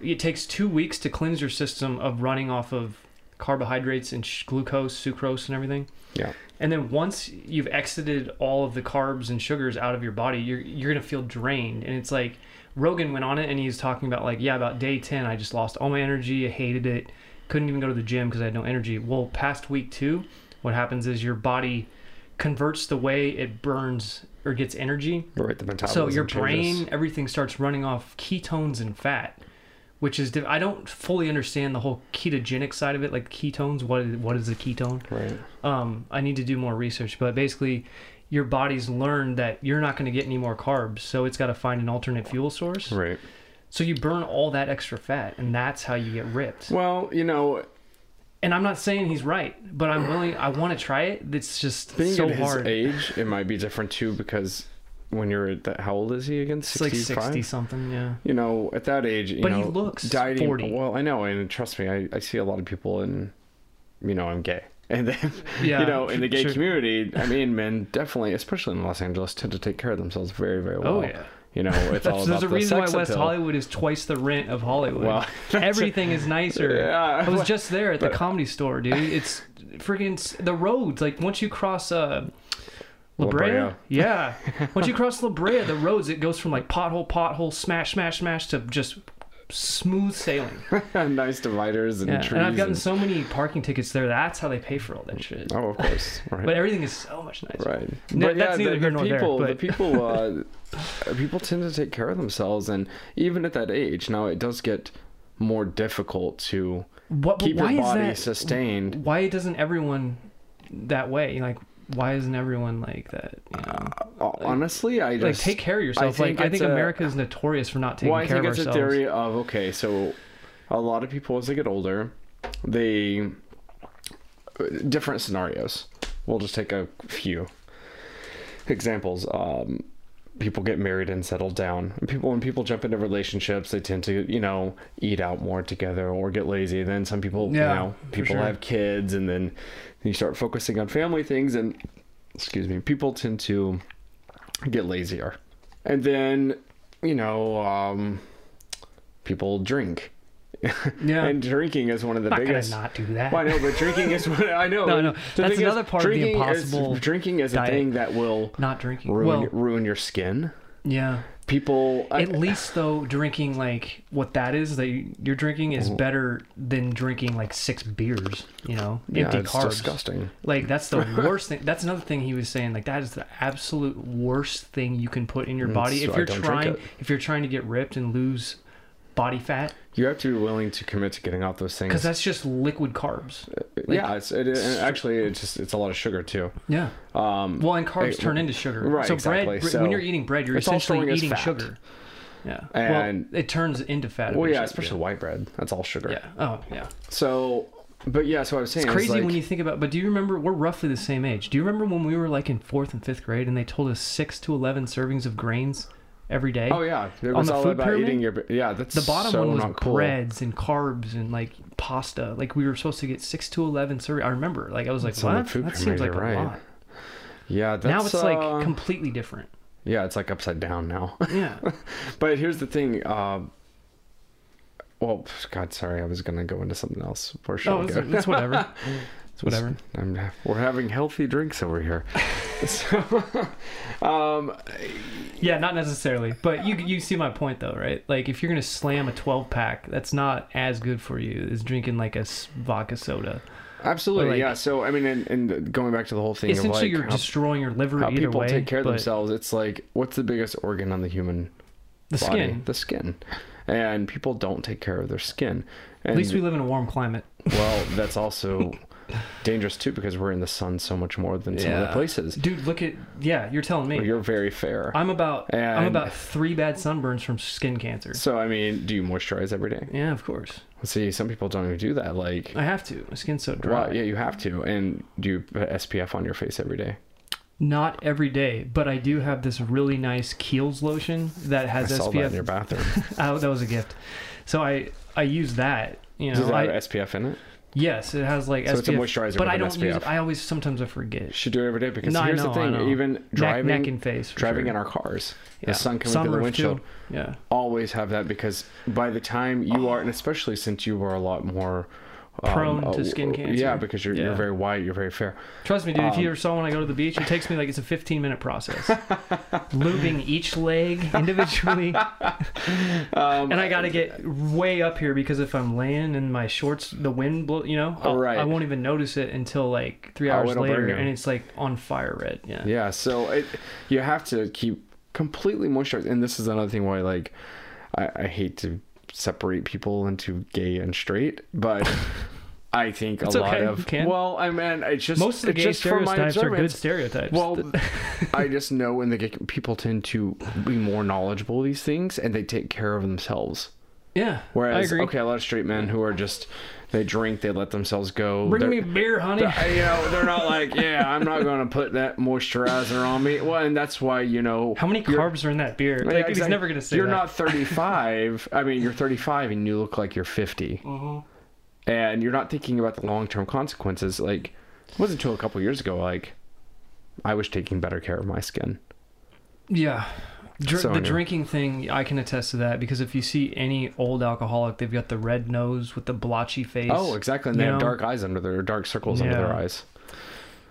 [SPEAKER 2] It takes two weeks to cleanse your system of running off of carbohydrates and sh- glucose, sucrose, and everything.
[SPEAKER 3] Yeah.
[SPEAKER 2] And then once you've exited all of the carbs and sugars out of your body, you're you're gonna feel drained. And it's like Rogan went on it and he's talking about like, yeah, about day ten, I just lost all my energy, I hated it, couldn't even go to the gym because I had no energy. Well, past week two, what happens is your body converts the way it burns or gets energy.
[SPEAKER 3] Right. The metabolism.
[SPEAKER 2] So your brain,
[SPEAKER 3] changes.
[SPEAKER 2] everything starts running off ketones and fat, which is diff- I don't fully understand the whole ketogenic side of it, like ketones. What is, what is a ketone?
[SPEAKER 3] Right.
[SPEAKER 2] um, I need to do more research, but basically, your body's learned that you're not going to get any more carbs, so it's got to find an alternate fuel source.
[SPEAKER 3] Right.
[SPEAKER 2] So you burn all that extra fat, and that's how you get ripped.
[SPEAKER 3] Well, you know,
[SPEAKER 2] And I'm not saying he's right, but I'm willing. I want to try it. It's just
[SPEAKER 3] being
[SPEAKER 2] so
[SPEAKER 3] at his
[SPEAKER 2] hard.
[SPEAKER 3] age, it might be different too because when you're at that, how old is he again?
[SPEAKER 2] it's like
[SPEAKER 3] 65?
[SPEAKER 2] sixty something. Yeah.
[SPEAKER 3] you know, at that age, you
[SPEAKER 2] But
[SPEAKER 3] know,
[SPEAKER 2] he looks 40.
[SPEAKER 3] Well, I know, and trust me, I, I see a lot of people, and you know, I'm gay, and then
[SPEAKER 2] Yeah,
[SPEAKER 3] you know, in the gay
[SPEAKER 2] sure.
[SPEAKER 3] community, I mean, men definitely, especially in Los Angeles, tend to take care of themselves very, very well.
[SPEAKER 2] Oh, yeah.
[SPEAKER 3] You know, it's all
[SPEAKER 2] That's,
[SPEAKER 3] about
[SPEAKER 2] there's a
[SPEAKER 3] the
[SPEAKER 2] reason why
[SPEAKER 3] sex
[SPEAKER 2] West
[SPEAKER 3] appeal.
[SPEAKER 2] Hollywood is twice the rent of Hollywood.
[SPEAKER 3] Well,
[SPEAKER 2] Everything is nicer.
[SPEAKER 3] Yeah,
[SPEAKER 2] I was
[SPEAKER 3] well,
[SPEAKER 2] just there at the comedy store, dude. It's freaking s- the roads. Like once you cross uh, La
[SPEAKER 3] La
[SPEAKER 2] Brea,
[SPEAKER 3] Brea.
[SPEAKER 2] yeah. Once you cross La Brea, the roads it goes from like pothole, pothole, smash, smash, smash to just smooth sailing.
[SPEAKER 3] nice dividers and
[SPEAKER 2] Yeah.
[SPEAKER 3] trees.
[SPEAKER 2] And I've gotten
[SPEAKER 3] and-
[SPEAKER 2] so many parking tickets there. That's how they pay for all that shit.
[SPEAKER 3] Oh, of course, right.
[SPEAKER 2] But everything is so much nicer.
[SPEAKER 3] Right.
[SPEAKER 2] No,
[SPEAKER 3] but
[SPEAKER 2] that's
[SPEAKER 3] yeah,
[SPEAKER 2] neither
[SPEAKER 3] the,
[SPEAKER 2] here
[SPEAKER 3] the
[SPEAKER 2] nor there,
[SPEAKER 3] people,
[SPEAKER 2] but-
[SPEAKER 3] The people, uh, people tend to take care of themselves, and even at that age, now it does get more difficult to
[SPEAKER 2] What, but
[SPEAKER 3] keep
[SPEAKER 2] why
[SPEAKER 3] your
[SPEAKER 2] is
[SPEAKER 3] body
[SPEAKER 2] that?
[SPEAKER 3] sustained.
[SPEAKER 2] why doesn't everyone that way? Like, why isn't everyone like that? You know,
[SPEAKER 3] Uh, Honestly, I just
[SPEAKER 2] like take care of yourself.
[SPEAKER 3] think
[SPEAKER 2] like, I
[SPEAKER 3] it's
[SPEAKER 2] think
[SPEAKER 3] a-
[SPEAKER 2] America is notorious for not taking
[SPEAKER 3] Well, I
[SPEAKER 2] care
[SPEAKER 3] think
[SPEAKER 2] of
[SPEAKER 3] it's a
[SPEAKER 2] ourselves.
[SPEAKER 3] theory of okay, so a lot of people as they get older, they different scenarios. We'll just take a few examples. Um, people get married and settle down. And people when people jump into relationships, they tend to you know eat out more together or get lazy. Then some people
[SPEAKER 2] Yeah,
[SPEAKER 3] you know
[SPEAKER 2] for
[SPEAKER 3] people
[SPEAKER 2] sure.
[SPEAKER 3] have kids, and then you start focusing on family things. And excuse me, people tend to get lazier. And then, you know, um, people drink.
[SPEAKER 2] Yeah.
[SPEAKER 3] and drinking is one of the
[SPEAKER 2] I'm not gonna
[SPEAKER 3] biggest.
[SPEAKER 2] not do that.
[SPEAKER 3] Well, I know, but drinking is one. I know.
[SPEAKER 2] No, no.
[SPEAKER 3] The
[SPEAKER 2] That's
[SPEAKER 3] thing
[SPEAKER 2] another part of the
[SPEAKER 3] drinking is-
[SPEAKER 2] impossible
[SPEAKER 3] drinking is
[SPEAKER 2] diet.
[SPEAKER 3] a thing that will
[SPEAKER 2] Not drinking.
[SPEAKER 3] ruin
[SPEAKER 2] well,
[SPEAKER 3] ruin your skin.
[SPEAKER 2] yeah.
[SPEAKER 3] People. I-
[SPEAKER 2] At least though, drinking like what that is that you- you're drinking is
[SPEAKER 3] Mm-hmm.
[SPEAKER 2] better than drinking like six beers. You know,
[SPEAKER 3] yeah,
[SPEAKER 2] empty
[SPEAKER 3] it's
[SPEAKER 2] carbs.
[SPEAKER 3] disgusting.
[SPEAKER 2] Like that's the worst thing. That's another thing he was saying. Like that is the absolute worst thing you can put in your body
[SPEAKER 3] so
[SPEAKER 2] if
[SPEAKER 3] I
[SPEAKER 2] you're
[SPEAKER 3] don't drink
[SPEAKER 2] trying
[SPEAKER 3] it.
[SPEAKER 2] if you're trying to get ripped and lose body fat
[SPEAKER 3] You have to be willing to commit to getting off those
[SPEAKER 2] because
[SPEAKER 3] things.
[SPEAKER 2] that's just liquid carbs.
[SPEAKER 3] yeah, it's it, and actually it's just it's a lot of sugar too.
[SPEAKER 2] Yeah.
[SPEAKER 3] Um,
[SPEAKER 2] Well, and carbs
[SPEAKER 3] it-
[SPEAKER 2] turn into sugar.
[SPEAKER 3] right,
[SPEAKER 2] So
[SPEAKER 3] exactly.
[SPEAKER 2] bread bre-
[SPEAKER 3] So
[SPEAKER 2] when you're eating bread, you're
[SPEAKER 3] it's all
[SPEAKER 2] essentially
[SPEAKER 3] storing as
[SPEAKER 2] eating
[SPEAKER 3] fat.
[SPEAKER 2] sugar. Yeah.
[SPEAKER 3] And-
[SPEAKER 2] well, it turns into fat.
[SPEAKER 3] Well, yeah,
[SPEAKER 2] eventually.
[SPEAKER 3] especially white bread. That's all sugar.
[SPEAKER 2] Yeah. Oh, yeah.
[SPEAKER 3] So, but yeah, so I was saying
[SPEAKER 2] It's crazy
[SPEAKER 3] like,
[SPEAKER 2] when you think about. But do you remember? We're roughly the same age. Do you remember when we were like in fourth and fifth grade, and they told us six to eleven servings of grains every day?
[SPEAKER 3] Oh yeah, it
[SPEAKER 2] On
[SPEAKER 3] was
[SPEAKER 2] the
[SPEAKER 3] all
[SPEAKER 2] food
[SPEAKER 3] about
[SPEAKER 2] pyramid?
[SPEAKER 3] eating your. Yeah, that's
[SPEAKER 2] The bottom
[SPEAKER 3] so
[SPEAKER 2] one was
[SPEAKER 3] not cool.
[SPEAKER 2] breads and carbs and like pasta. Like we were supposed to get six to eleven servings. I remember. Like I was like,
[SPEAKER 3] on the
[SPEAKER 2] what?
[SPEAKER 3] food
[SPEAKER 2] That
[SPEAKER 3] pyramid,
[SPEAKER 2] seems like
[SPEAKER 3] you're
[SPEAKER 2] a
[SPEAKER 3] right.
[SPEAKER 2] lot.
[SPEAKER 3] Yeah, that's,
[SPEAKER 2] Now it's
[SPEAKER 3] uh,
[SPEAKER 2] like completely different.
[SPEAKER 3] Yeah, it's like upside down now.
[SPEAKER 2] Yeah.
[SPEAKER 3] but here's the thing. Uh, well, God, sorry, I was gonna go into something else. Where should
[SPEAKER 2] oh,
[SPEAKER 3] we
[SPEAKER 2] it's,
[SPEAKER 3] go?
[SPEAKER 2] it's whatever. It's whatever.
[SPEAKER 3] I'm, we're having healthy drinks over here. so, um,
[SPEAKER 2] Yeah, not necessarily. But you you see my point though, right? Like if you're gonna slam a 12 pack, that's not as good for you as drinking like a s- vodka soda.
[SPEAKER 3] absolutely,
[SPEAKER 2] Like-
[SPEAKER 3] yeah. So I mean, and, and going back to the whole thing of
[SPEAKER 2] Essentially,
[SPEAKER 3] like
[SPEAKER 2] you're
[SPEAKER 3] how,
[SPEAKER 2] destroying your liver
[SPEAKER 3] how
[SPEAKER 2] either
[SPEAKER 3] people
[SPEAKER 2] way.
[SPEAKER 3] take care of
[SPEAKER 2] but
[SPEAKER 3] themselves, it's like what's the biggest organ on the human
[SPEAKER 2] The
[SPEAKER 3] body?
[SPEAKER 2] skin.
[SPEAKER 3] The skin, and people don't take care of their skin. And
[SPEAKER 2] At least we live in a warm climate.
[SPEAKER 3] well, that's also dangerous too because we're in the sun so much more than some other
[SPEAKER 2] Yeah.
[SPEAKER 3] places.
[SPEAKER 2] Dude, look at yeah. You're telling me.
[SPEAKER 3] You're very fair.
[SPEAKER 2] I'm about I'm
[SPEAKER 3] And-
[SPEAKER 2] about three bad sunburns from skin cancer.
[SPEAKER 3] so I mean, do you moisturize every day?
[SPEAKER 2] Yeah, of course.
[SPEAKER 3] See, some people don't even do that. Like,
[SPEAKER 2] I have to. My skin's so dry.
[SPEAKER 3] Well, yeah, you have to. And do you put SPF on your face every day?
[SPEAKER 2] Not every day, but I do have this really nice Kiehl's lotion that
[SPEAKER 3] I
[SPEAKER 2] has
[SPEAKER 3] saw
[SPEAKER 2] SPF.
[SPEAKER 3] that in your bathroom.
[SPEAKER 2] Oh, that was a gift. So I I use that. You know,
[SPEAKER 3] Does it
[SPEAKER 2] I-
[SPEAKER 3] have SPF in it?
[SPEAKER 2] yes, it has like
[SPEAKER 3] So
[SPEAKER 2] SPF,
[SPEAKER 3] it's a moisturizer
[SPEAKER 2] but
[SPEAKER 3] with
[SPEAKER 2] I
[SPEAKER 3] an
[SPEAKER 2] don't use.
[SPEAKER 3] SPF.
[SPEAKER 2] it. I always sometimes I forget.
[SPEAKER 3] You should do it every day because
[SPEAKER 2] No, I
[SPEAKER 3] here's
[SPEAKER 2] know,
[SPEAKER 3] the
[SPEAKER 2] I
[SPEAKER 3] thing:
[SPEAKER 2] know.
[SPEAKER 3] even
[SPEAKER 2] Neck,
[SPEAKER 3] driving,
[SPEAKER 2] neck and face. for
[SPEAKER 3] driving
[SPEAKER 2] sure.
[SPEAKER 3] in our cars,
[SPEAKER 2] Yeah.
[SPEAKER 3] the sun coming through the
[SPEAKER 2] Sunroof,
[SPEAKER 3] windshield.
[SPEAKER 2] too. Yeah,
[SPEAKER 3] Always have that because by the time you are, and especially since you are a lot more um,
[SPEAKER 2] Prone to
[SPEAKER 3] uh,
[SPEAKER 2] skin
[SPEAKER 3] Yeah,
[SPEAKER 2] cancer.
[SPEAKER 3] because you're you're
[SPEAKER 2] Yeah.
[SPEAKER 3] very white, you're very fair.
[SPEAKER 2] trust me, dude. if
[SPEAKER 3] Um,
[SPEAKER 2] you ever saw when I go to the beach, it takes me like it's a 15 minute process, lubing each leg individually,
[SPEAKER 3] Um,
[SPEAKER 2] and I got to get way up here because if I'm laying in my shorts, the wind blow. You know, I'll-
[SPEAKER 3] Right.
[SPEAKER 2] I won't even notice it until like three
[SPEAKER 3] Oh,
[SPEAKER 2] hours
[SPEAKER 3] it'll burn
[SPEAKER 2] later,
[SPEAKER 3] you.
[SPEAKER 2] and it's like on fire red. Yeah.
[SPEAKER 3] Yeah, so it, you have to keep completely moisturized. And this is another thing why, like, I, I hate to separate people into gay and straight, but I think a
[SPEAKER 2] It's
[SPEAKER 3] lot
[SPEAKER 2] okay, you
[SPEAKER 3] of
[SPEAKER 2] can.
[SPEAKER 3] well, I mean, it's just
[SPEAKER 2] Most of the
[SPEAKER 3] it's
[SPEAKER 2] gay
[SPEAKER 3] just from my
[SPEAKER 2] stereotypes are good
[SPEAKER 3] observance.
[SPEAKER 2] stereotypes.
[SPEAKER 3] Well, I just know when the gay people tend to be more knowledgeable of these things and they take care of themselves.
[SPEAKER 2] yeah, I
[SPEAKER 3] Whereas,
[SPEAKER 2] agree.
[SPEAKER 3] okay, a lot of straight men who are just they drink, they let themselves go.
[SPEAKER 2] Bring
[SPEAKER 3] They're-
[SPEAKER 2] me beer, honey.
[SPEAKER 3] uh, you know, they're not like, yeah, I'm not going to put that moisturizer on me. Well, and that's why, you know.
[SPEAKER 2] How many
[SPEAKER 3] you're-
[SPEAKER 2] carbs are in that beer?
[SPEAKER 3] Yeah,
[SPEAKER 2] Like he's
[SPEAKER 3] exactly.
[SPEAKER 2] never gonna say
[SPEAKER 3] You're
[SPEAKER 2] that.
[SPEAKER 3] not 35. I mean, you're 35 and you look like you're 50.
[SPEAKER 2] Mm-hmm.
[SPEAKER 3] And you're not thinking about the long term consequences. Like, it wasn't until a couple years ago, like, I was taking better care of my skin.
[SPEAKER 2] Yeah. Dr-
[SPEAKER 3] So
[SPEAKER 2] the
[SPEAKER 3] anyway.
[SPEAKER 2] drinking thing, I can attest to that because if you see any old alcoholic, they've got the red nose with the blotchy face.
[SPEAKER 3] Oh, exactly. And they
[SPEAKER 2] You
[SPEAKER 3] have
[SPEAKER 2] know?
[SPEAKER 3] dark eyes under their, dark circles under
[SPEAKER 2] Yeah.
[SPEAKER 3] their eyes.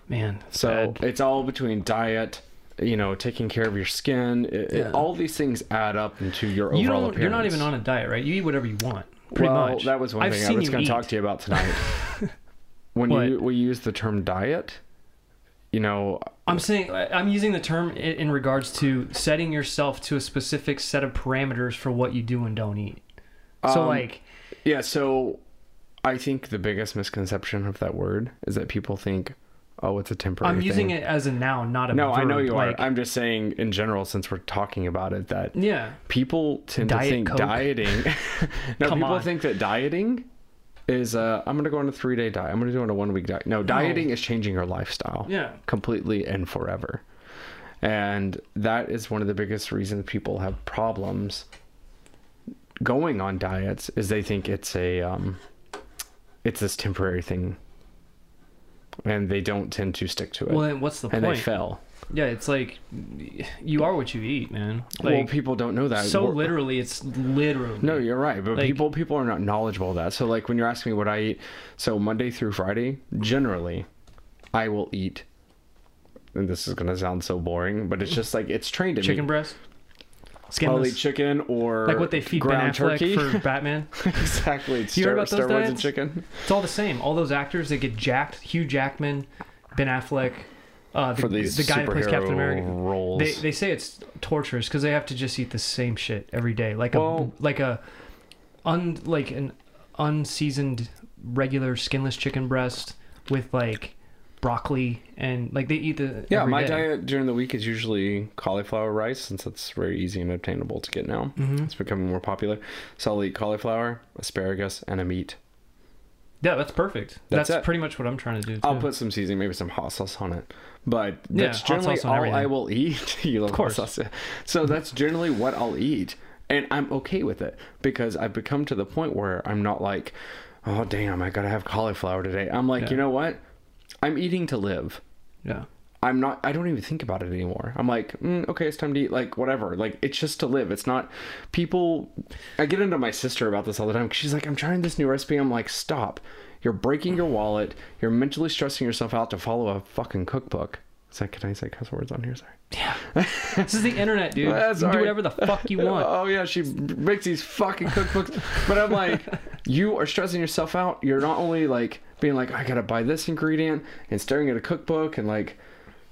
[SPEAKER 2] man. that's
[SPEAKER 3] So
[SPEAKER 2] bad.
[SPEAKER 3] it's all between diet, you know, taking care of your skin. It, it-
[SPEAKER 2] Yeah.
[SPEAKER 3] all these things add up into your overall
[SPEAKER 2] you don't.
[SPEAKER 3] appearance.
[SPEAKER 2] You're not even on a diet, right? You eat whatever you want. Pretty
[SPEAKER 3] well,
[SPEAKER 2] much.
[SPEAKER 3] that was one
[SPEAKER 2] I've
[SPEAKER 3] thing I
[SPEAKER 2] seen
[SPEAKER 3] was
[SPEAKER 2] you
[SPEAKER 3] going
[SPEAKER 2] eat.
[SPEAKER 3] to talk to you about tonight. when
[SPEAKER 2] What?
[SPEAKER 3] you we use the term diet, you know,
[SPEAKER 2] I'm saying I'm using the term i- in regards to setting yourself to a specific set of parameters for what you do and don't eat. So
[SPEAKER 3] Um,
[SPEAKER 2] like,
[SPEAKER 3] yeah. So I think the biggest misconception of that word is that people think, oh, it's a temporary.
[SPEAKER 2] I'm using
[SPEAKER 3] thing.
[SPEAKER 2] it as a noun, not a
[SPEAKER 3] No, I know
[SPEAKER 2] verb,
[SPEAKER 3] you
[SPEAKER 2] like-
[SPEAKER 3] are. I'm just saying in general, since we're talking about it, that
[SPEAKER 2] yeah.
[SPEAKER 3] people tend to
[SPEAKER 2] Diet
[SPEAKER 3] think
[SPEAKER 2] Coke.
[SPEAKER 3] dieting. no,
[SPEAKER 2] Come
[SPEAKER 3] people
[SPEAKER 2] on.
[SPEAKER 3] think that dieting is uh, I'm gonna go on a three day diet. I'm gonna do on a one week diet. No, dieting is changing your lifestyle.
[SPEAKER 2] Yeah.
[SPEAKER 3] completely and forever. And that is one of the biggest reasons people have problems going on diets is they think it's a um, it's this temporary thing, and they don't tend to stick to it.
[SPEAKER 2] Well, then what's the
[SPEAKER 3] and
[SPEAKER 2] point?
[SPEAKER 3] they fail.
[SPEAKER 2] Yeah, it's like you are what you eat, man.
[SPEAKER 3] well,
[SPEAKER 2] Like
[SPEAKER 3] people don't know that.
[SPEAKER 2] so
[SPEAKER 3] We're-
[SPEAKER 2] literally, it's literally.
[SPEAKER 3] No, Oh, you're right, but
[SPEAKER 2] Like-
[SPEAKER 3] people people are not knowledgeable of that. So like when you're asking me what I eat, so Monday through Friday, generally, I will eat. And this is gonna sound so boring, but it's just like it's trained in
[SPEAKER 2] chicken
[SPEAKER 3] me.
[SPEAKER 2] breast,
[SPEAKER 3] I'll eat
[SPEAKER 2] skinless,
[SPEAKER 3] chicken or
[SPEAKER 2] like what they feed Ben
[SPEAKER 3] ground
[SPEAKER 2] Affleck
[SPEAKER 3] turkey.
[SPEAKER 2] for Batman.
[SPEAKER 3] exactly. It's
[SPEAKER 2] You heard
[SPEAKER 3] stir-
[SPEAKER 2] about those
[SPEAKER 3] steroids and
[SPEAKER 2] diets?
[SPEAKER 3] chicken.
[SPEAKER 2] It's all the same. All those actors that get jacked, Hugh Jackman, Ben Affleck, uh, the,
[SPEAKER 3] For these
[SPEAKER 2] the guy that plays Captain
[SPEAKER 3] superhero
[SPEAKER 2] America.
[SPEAKER 3] roles.
[SPEAKER 2] They, they say it's torturous because they have to just eat the same shit every day, like
[SPEAKER 3] Well-
[SPEAKER 2] a like a un like an unseasoned regular skinless chicken breast with like broccoli and like they eat the
[SPEAKER 3] yeah,
[SPEAKER 2] every
[SPEAKER 3] my
[SPEAKER 2] day.
[SPEAKER 3] diet during the week is usually cauliflower rice since it's very easy and obtainable to get now.
[SPEAKER 2] Mm-hmm.
[SPEAKER 3] It's becoming more popular. So I'll eat cauliflower, asparagus, and a meat.
[SPEAKER 2] Yeah, that's perfect.
[SPEAKER 3] That's
[SPEAKER 2] That's,
[SPEAKER 3] it.
[SPEAKER 2] pretty much what I'm trying to do. Too.
[SPEAKER 3] I'll put some seasoning, maybe some hot sauce on it. But
[SPEAKER 2] Yeah,
[SPEAKER 3] that's
[SPEAKER 2] hot
[SPEAKER 3] generally
[SPEAKER 2] sauce on
[SPEAKER 3] all
[SPEAKER 2] everything.
[SPEAKER 3] I will eat. you love
[SPEAKER 2] course.
[SPEAKER 3] hot sauce. yeah. So that's generally what I'll eat. And I'm okay with it because I've become to the point where I'm not like, oh, damn, I got to have cauliflower today. I'm like,
[SPEAKER 2] Yeah.
[SPEAKER 3] you know what? I'm eating to live.
[SPEAKER 2] yeah.
[SPEAKER 3] I'm not. I don't even think about it anymore. I'm like, mm, okay, it's time to eat. Like whatever. Like it's just to live. It's not people. I get into my sister about this all the time. 'cause She's like, I'm trying this new recipe. I'm like, stop. You're breaking your wallet. You're mentally stressing yourself out to follow a fucking cookbook. Is that, can I say cuss words on here? Sorry.
[SPEAKER 2] This is the internet, dude.
[SPEAKER 3] That's
[SPEAKER 2] you can do
[SPEAKER 3] all right.
[SPEAKER 2] whatever the fuck you want.
[SPEAKER 3] Oh yeah, she makes these fucking cookbooks. but I'm like, you are stressing yourself out. You're not only like being like, I gotta buy this ingredient and staring at a cookbook and like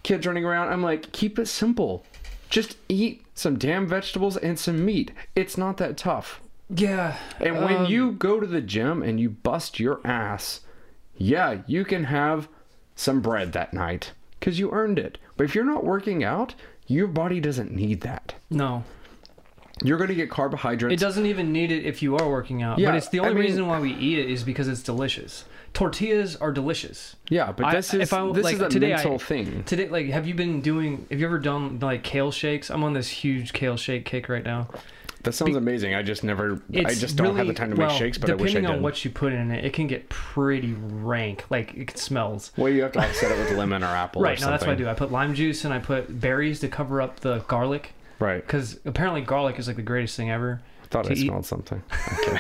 [SPEAKER 3] kids running around. I'm like, keep it simple. Just eat some damn vegetables and some meat. It's not that tough.
[SPEAKER 2] Yeah.
[SPEAKER 3] And when
[SPEAKER 2] Um,
[SPEAKER 3] you go to the gym and you bust your ass, yeah, you can have some bread that night because you earned it. But if you're not working out, your body doesn't need that.
[SPEAKER 2] No.
[SPEAKER 3] You're going to get
[SPEAKER 2] It
[SPEAKER 3] carbohydrates.
[SPEAKER 2] doesn't even need it if you are working out.
[SPEAKER 3] Yeah,
[SPEAKER 2] but it's the only
[SPEAKER 3] I mean-
[SPEAKER 2] reason why we eat it is because it's delicious. Tortillas are delicious.
[SPEAKER 3] yeah, but
[SPEAKER 2] I-
[SPEAKER 3] this is
[SPEAKER 2] if I-
[SPEAKER 3] this
[SPEAKER 2] like,
[SPEAKER 3] is a
[SPEAKER 2] today I-
[SPEAKER 3] mental thing.
[SPEAKER 2] Today, like, have you been doing? Have you ever done like kale shakes? I'm on this huge kale shake kick right now.
[SPEAKER 3] That sounds amazing. I just never. I
[SPEAKER 2] It's
[SPEAKER 3] just don't have
[SPEAKER 2] really-
[SPEAKER 3] the time to make
[SPEAKER 2] well,
[SPEAKER 3] shakes, but I wish I
[SPEAKER 2] depending
[SPEAKER 3] did.
[SPEAKER 2] on what you put in it, it can get pretty rank. Like it smells.
[SPEAKER 3] well, you have to offset it with lemon or apple.
[SPEAKER 2] Right.
[SPEAKER 3] or
[SPEAKER 2] No,
[SPEAKER 3] something.
[SPEAKER 2] that's what I do. I put lime juice and I put berries to cover up the garlic
[SPEAKER 3] Right.
[SPEAKER 2] because apparently garlic is like the greatest thing ever.
[SPEAKER 3] Thought
[SPEAKER 2] to
[SPEAKER 3] I
[SPEAKER 2] eat-
[SPEAKER 3] smelled something. Okay.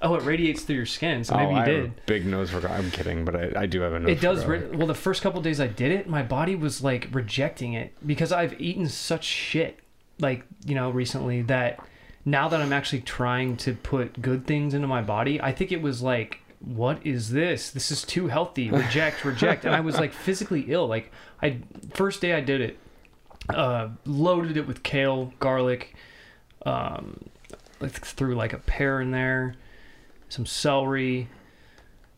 [SPEAKER 2] Oh, it radiates through your skin, so
[SPEAKER 3] oh,
[SPEAKER 2] maybe you
[SPEAKER 3] I have a
[SPEAKER 2] did.
[SPEAKER 3] big nose for. gar- I'm kidding, but I, I do have a nose.
[SPEAKER 2] It
[SPEAKER 3] for
[SPEAKER 2] does.
[SPEAKER 3] garlic.
[SPEAKER 2] Re- well, the first couple days I did it, my body was like rejecting it because I've eaten such shit, like you know, recently that now that I'm actually trying to put good things into my body, I think it was like, what is this? This is too healthy. Reject, reject. And I was like physically ill. Like I first day I did it, uh, loaded it with kale, garlic, um, like threw like a pear in there, some celery,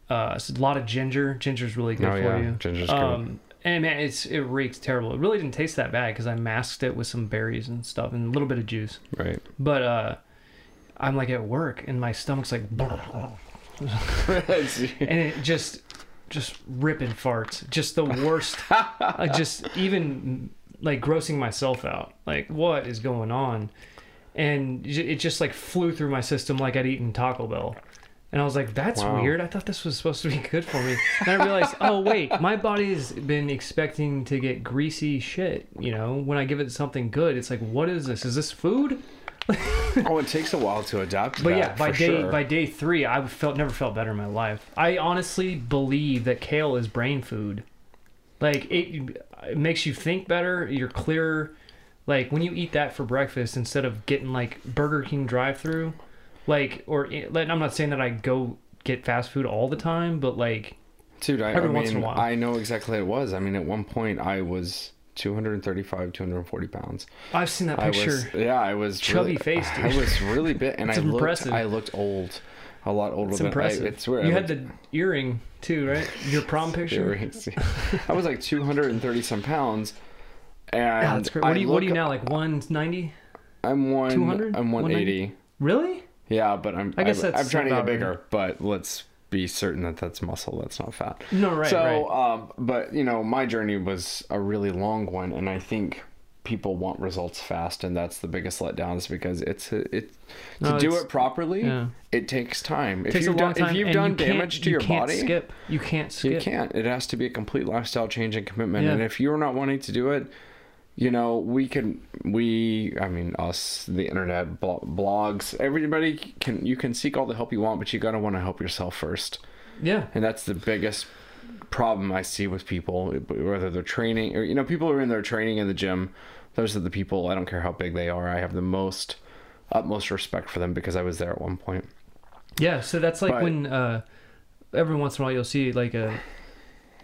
[SPEAKER 2] uh, s- a lot of ginger. Ginger's really good
[SPEAKER 3] Oh,
[SPEAKER 2] for
[SPEAKER 3] yeah.
[SPEAKER 2] you.
[SPEAKER 3] Ginger's good.
[SPEAKER 2] um, And man, it's it reeks terrible. It really didn't taste that bad because I masked it with some berries and stuff and a little bit of juice.
[SPEAKER 3] Right.
[SPEAKER 2] But uh, I'm like at work and my stomach's like, and it just just ripping farts. Just the worst. I just even like grossing myself out. Like what is going on? And j- it just like flew through my system like I'd eaten Taco Bell. And I was like, that's
[SPEAKER 3] Wow.
[SPEAKER 2] weird. I thought this was supposed to be good for me. And I realized, oh, wait, my body's been expecting to get greasy shit. You know, when I give it something good, it's like, what is this? Is this food?
[SPEAKER 3] oh, it takes a while to adapt. To
[SPEAKER 2] But
[SPEAKER 3] that,
[SPEAKER 2] yeah, by
[SPEAKER 3] for
[SPEAKER 2] day
[SPEAKER 3] sure.
[SPEAKER 2] by day three, I felt never felt better in my life. I honestly believe that kale is brain food. Like it, it makes you think better. You're clearer. Like when you eat that for breakfast instead of getting like Burger King drive-through, like or and I'm not saying that I go get fast food all the time, but like
[SPEAKER 3] Dude, I,
[SPEAKER 2] Every
[SPEAKER 3] I
[SPEAKER 2] once in a
[SPEAKER 3] mean,
[SPEAKER 2] while.
[SPEAKER 3] I know exactly what it was. I mean, at one point, I was 235, 240 pounds.
[SPEAKER 2] I've seen that
[SPEAKER 3] I
[SPEAKER 2] picture.
[SPEAKER 3] was, yeah, I was
[SPEAKER 2] Chubby
[SPEAKER 3] really,
[SPEAKER 2] faced,
[SPEAKER 3] I
[SPEAKER 2] dude.
[SPEAKER 3] was really big, and I
[SPEAKER 2] It's
[SPEAKER 3] looked,
[SPEAKER 2] impressive.
[SPEAKER 3] I looked old, a lot older
[SPEAKER 2] it's
[SPEAKER 3] than
[SPEAKER 2] impressive.
[SPEAKER 3] I. It's weird.
[SPEAKER 2] You
[SPEAKER 3] I
[SPEAKER 2] had
[SPEAKER 3] looked
[SPEAKER 2] the earring too, right? Your prom picture.
[SPEAKER 3] very- I was like 230 some pounds, and
[SPEAKER 2] Yeah, Ah, that's great.
[SPEAKER 3] I
[SPEAKER 2] What do you What do you
[SPEAKER 3] look-
[SPEAKER 2] now like 190?
[SPEAKER 3] I'm one.
[SPEAKER 2] 200?
[SPEAKER 3] I'm 180.
[SPEAKER 2] Really?
[SPEAKER 3] Yeah, but I'm.
[SPEAKER 2] I guess
[SPEAKER 3] I'm,
[SPEAKER 2] that's
[SPEAKER 3] I'm trying to get
[SPEAKER 2] about right.
[SPEAKER 3] bigger, but let's be certain that that's muscle. That's not fat.
[SPEAKER 2] No, right,
[SPEAKER 3] So,
[SPEAKER 2] right.
[SPEAKER 3] um, but you know, my journey was a really long one, and I think people want results fast, and that's the biggest letdown is because it's a, it to
[SPEAKER 2] No,
[SPEAKER 3] do
[SPEAKER 2] it's-
[SPEAKER 3] it properly.
[SPEAKER 2] yeah.
[SPEAKER 3] It takes time.
[SPEAKER 2] takes
[SPEAKER 3] if you've
[SPEAKER 2] a long
[SPEAKER 3] done,
[SPEAKER 2] time.
[SPEAKER 3] if you've
[SPEAKER 2] and
[SPEAKER 3] done
[SPEAKER 2] you can't-
[SPEAKER 3] damage to
[SPEAKER 2] you
[SPEAKER 3] your
[SPEAKER 2] can't
[SPEAKER 3] body,
[SPEAKER 2] Skip. You can't skip.
[SPEAKER 3] you can't. It has to be a complete lifestyle change and commitment.
[SPEAKER 2] Yeah.
[SPEAKER 3] And if you're not wanting to do it, you know, we can, we, I mean, us, the internet, blo- blogs, everybody can, you can seek all the help you want, but you got to want to help yourself first.
[SPEAKER 2] Yeah.
[SPEAKER 3] And that's the biggest problem I see with people, whether they're training or, you know, people are in their training in the gym. Those are the people, I don't care how big they are, I have the most, utmost respect for them because I was there at one point.
[SPEAKER 2] Yeah. So that's like
[SPEAKER 3] But-
[SPEAKER 2] when uh, every once in a while you'll see like a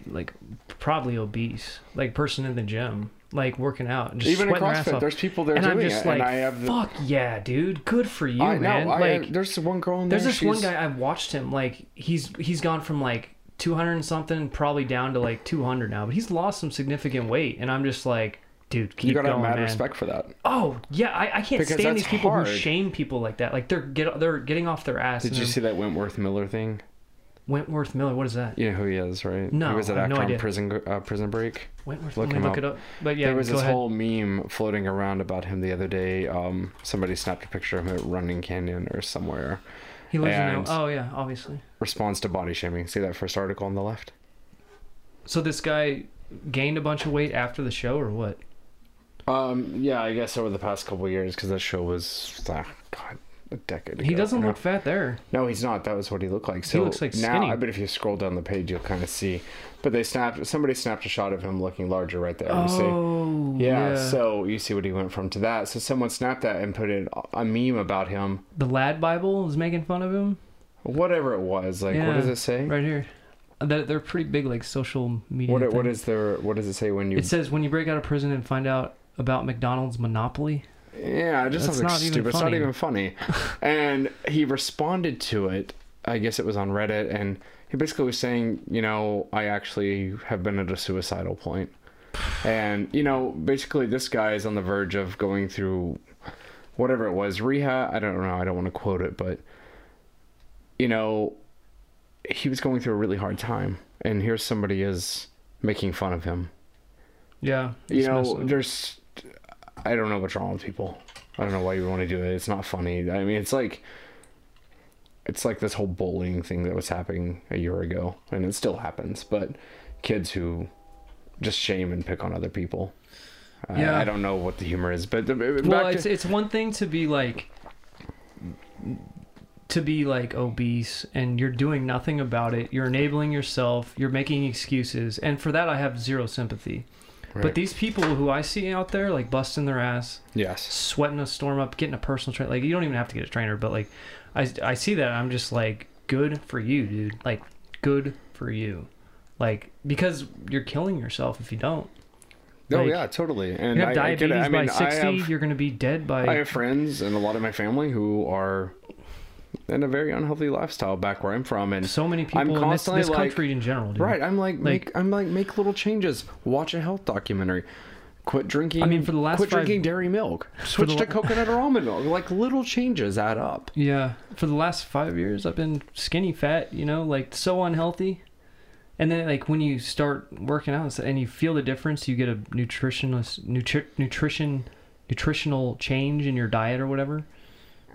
[SPEAKER 2] like probably obese like person in the gym like working out and just
[SPEAKER 3] Even in
[SPEAKER 2] sweating their ass
[SPEAKER 3] CrossFit,
[SPEAKER 2] off.
[SPEAKER 3] there's people there
[SPEAKER 2] and I'm
[SPEAKER 3] doing
[SPEAKER 2] just
[SPEAKER 3] it.
[SPEAKER 2] like,
[SPEAKER 3] and I have the,
[SPEAKER 2] fuck yeah, dude, good for you,
[SPEAKER 3] I
[SPEAKER 2] man.
[SPEAKER 3] know. I,
[SPEAKER 2] like,
[SPEAKER 3] there's one girl in there.
[SPEAKER 2] There's this one
[SPEAKER 3] she's-
[SPEAKER 2] guy I've watched him like he's he's gone from like 200 and something probably down to like 200 now, but he's lost some significant weight, and I'm just like, dude, keep
[SPEAKER 3] You gotta
[SPEAKER 2] going,
[SPEAKER 3] have mad
[SPEAKER 2] man.
[SPEAKER 3] respect for that.
[SPEAKER 2] Oh yeah, I, I can't
[SPEAKER 3] Because
[SPEAKER 2] stand
[SPEAKER 3] that's
[SPEAKER 2] these people
[SPEAKER 3] hard.
[SPEAKER 2] who shame people like that. Like they're get they're getting off their ass.
[SPEAKER 3] Did
[SPEAKER 2] and
[SPEAKER 3] you
[SPEAKER 2] they're-
[SPEAKER 3] see that Wentworth Miller thing?
[SPEAKER 2] Wentworth Miller? What is that?
[SPEAKER 3] You know who he is, right?
[SPEAKER 2] No,
[SPEAKER 3] he was that
[SPEAKER 2] I have
[SPEAKER 3] actor
[SPEAKER 2] no
[SPEAKER 3] on
[SPEAKER 2] idea.
[SPEAKER 3] Prison uh, Prison Break.
[SPEAKER 2] Wentworth.
[SPEAKER 3] Look
[SPEAKER 2] Let me
[SPEAKER 3] him
[SPEAKER 2] look
[SPEAKER 3] up.
[SPEAKER 2] it up. But yeah,
[SPEAKER 3] there was
[SPEAKER 2] go
[SPEAKER 3] this
[SPEAKER 2] ahead.
[SPEAKER 3] whole meme floating around about him the other day. Um, somebody snapped a picture of him at Running Canyon or somewhere.
[SPEAKER 2] he lives in.
[SPEAKER 3] and-
[SPEAKER 2] the- Oh yeah, obviously.
[SPEAKER 3] Responds to body shaming. See that first article on the left?
[SPEAKER 2] So this guy gained a bunch of weight after the show or what?
[SPEAKER 3] Um, yeah, I guess over the past couple of years, because that show was, ah, God, a decade ago.
[SPEAKER 2] He doesn't
[SPEAKER 3] now.
[SPEAKER 2] look fat there.
[SPEAKER 3] No, he's not. That was what he looked like. So
[SPEAKER 2] looks, like, skinny.
[SPEAKER 3] now, I bet if you scroll down the page, you'll kind of see. But they snapped. Somebody snapped a shot of him looking larger right there. You see.
[SPEAKER 2] Oh,
[SPEAKER 3] Yeah, So you see what he went from to that. So someone snapped that and put in a meme about him.
[SPEAKER 2] the Lad Bible is making fun of him
[SPEAKER 3] Whatever it was, like what
[SPEAKER 2] Yeah,
[SPEAKER 3] does it say?
[SPEAKER 2] right here. That they're pretty big, like social media.
[SPEAKER 3] What what
[SPEAKER 2] thing.
[SPEAKER 3] is there? What does it say when you?
[SPEAKER 2] It says when you break out of prison and find out about McDonald's monopoly.
[SPEAKER 3] Yeah, it just
[SPEAKER 2] That's
[SPEAKER 3] sounds like
[SPEAKER 2] not even
[SPEAKER 3] stupid. It's not
[SPEAKER 2] funny.
[SPEAKER 3] even funny. and he responded to it. I guess it was on Reddit, and he basically was saying, you know, I actually have been at a suicidal point, and you know, basically this guy is on the verge of going through whatever it was rehab. I don't know. I don't want to quote it, but you know, he was going through a really hard time, and here's somebody is making fun of him
[SPEAKER 2] Yeah.
[SPEAKER 3] you
[SPEAKER 2] it's
[SPEAKER 3] know,
[SPEAKER 2] messed up.
[SPEAKER 3] there's I don't know what's wrong with people. I don't know why you would want to do it. It's not funny. I mean, it's like it's like this whole bullying thing that was happening a year ago, and it still happens. But kids who just shame and pick on other people. I-
[SPEAKER 2] Yeah.
[SPEAKER 3] I, don't know what the humor is, but the,
[SPEAKER 2] well,
[SPEAKER 3] back
[SPEAKER 2] it's
[SPEAKER 3] to,
[SPEAKER 2] it's one thing to be like to be like obese and you're doing nothing about it. You're enabling yourself. You're making excuses, and for that I have zero sympathy.
[SPEAKER 3] Right.
[SPEAKER 2] But these people who I see out there like busting their ass,
[SPEAKER 3] yes,
[SPEAKER 2] sweating a storm up, getting a personal trainer. Like you don't even have to get a trainer, but like I I see that and I'm just like good for you, dude. Like good for you. Like because you're killing yourself if you don't.
[SPEAKER 3] oh
[SPEAKER 2] like,
[SPEAKER 3] yeah, totally. And
[SPEAKER 2] You have
[SPEAKER 3] I, I get
[SPEAKER 2] diabetes
[SPEAKER 3] it. I mean,
[SPEAKER 2] by 60,
[SPEAKER 3] I have
[SPEAKER 2] you're going to be dead by
[SPEAKER 3] I have friends and a lot of my family who are in a very unhealthy lifestyle back where I'm from, and
[SPEAKER 2] so many people
[SPEAKER 3] I'm
[SPEAKER 2] in this,
[SPEAKER 3] constantly
[SPEAKER 2] this
[SPEAKER 3] like-
[SPEAKER 2] country in general, dude.
[SPEAKER 3] Right. I'm like,
[SPEAKER 2] Like-
[SPEAKER 3] make I'm like make little changes. Watch a health documentary. Quit drinking.
[SPEAKER 2] I mean, for the last
[SPEAKER 3] quit
[SPEAKER 2] five-
[SPEAKER 3] drinking dairy milk. Switch
[SPEAKER 2] the
[SPEAKER 3] to
[SPEAKER 2] la-
[SPEAKER 3] coconut or almond milk. Like little changes add up.
[SPEAKER 2] Yeah. For the last five years, I've been skinny fat, you know, like so unhealthy. And then, like, when you start working out and you feel the difference, you get a nutritionless, nutri- nutrition, nutritional change in your diet or whatever.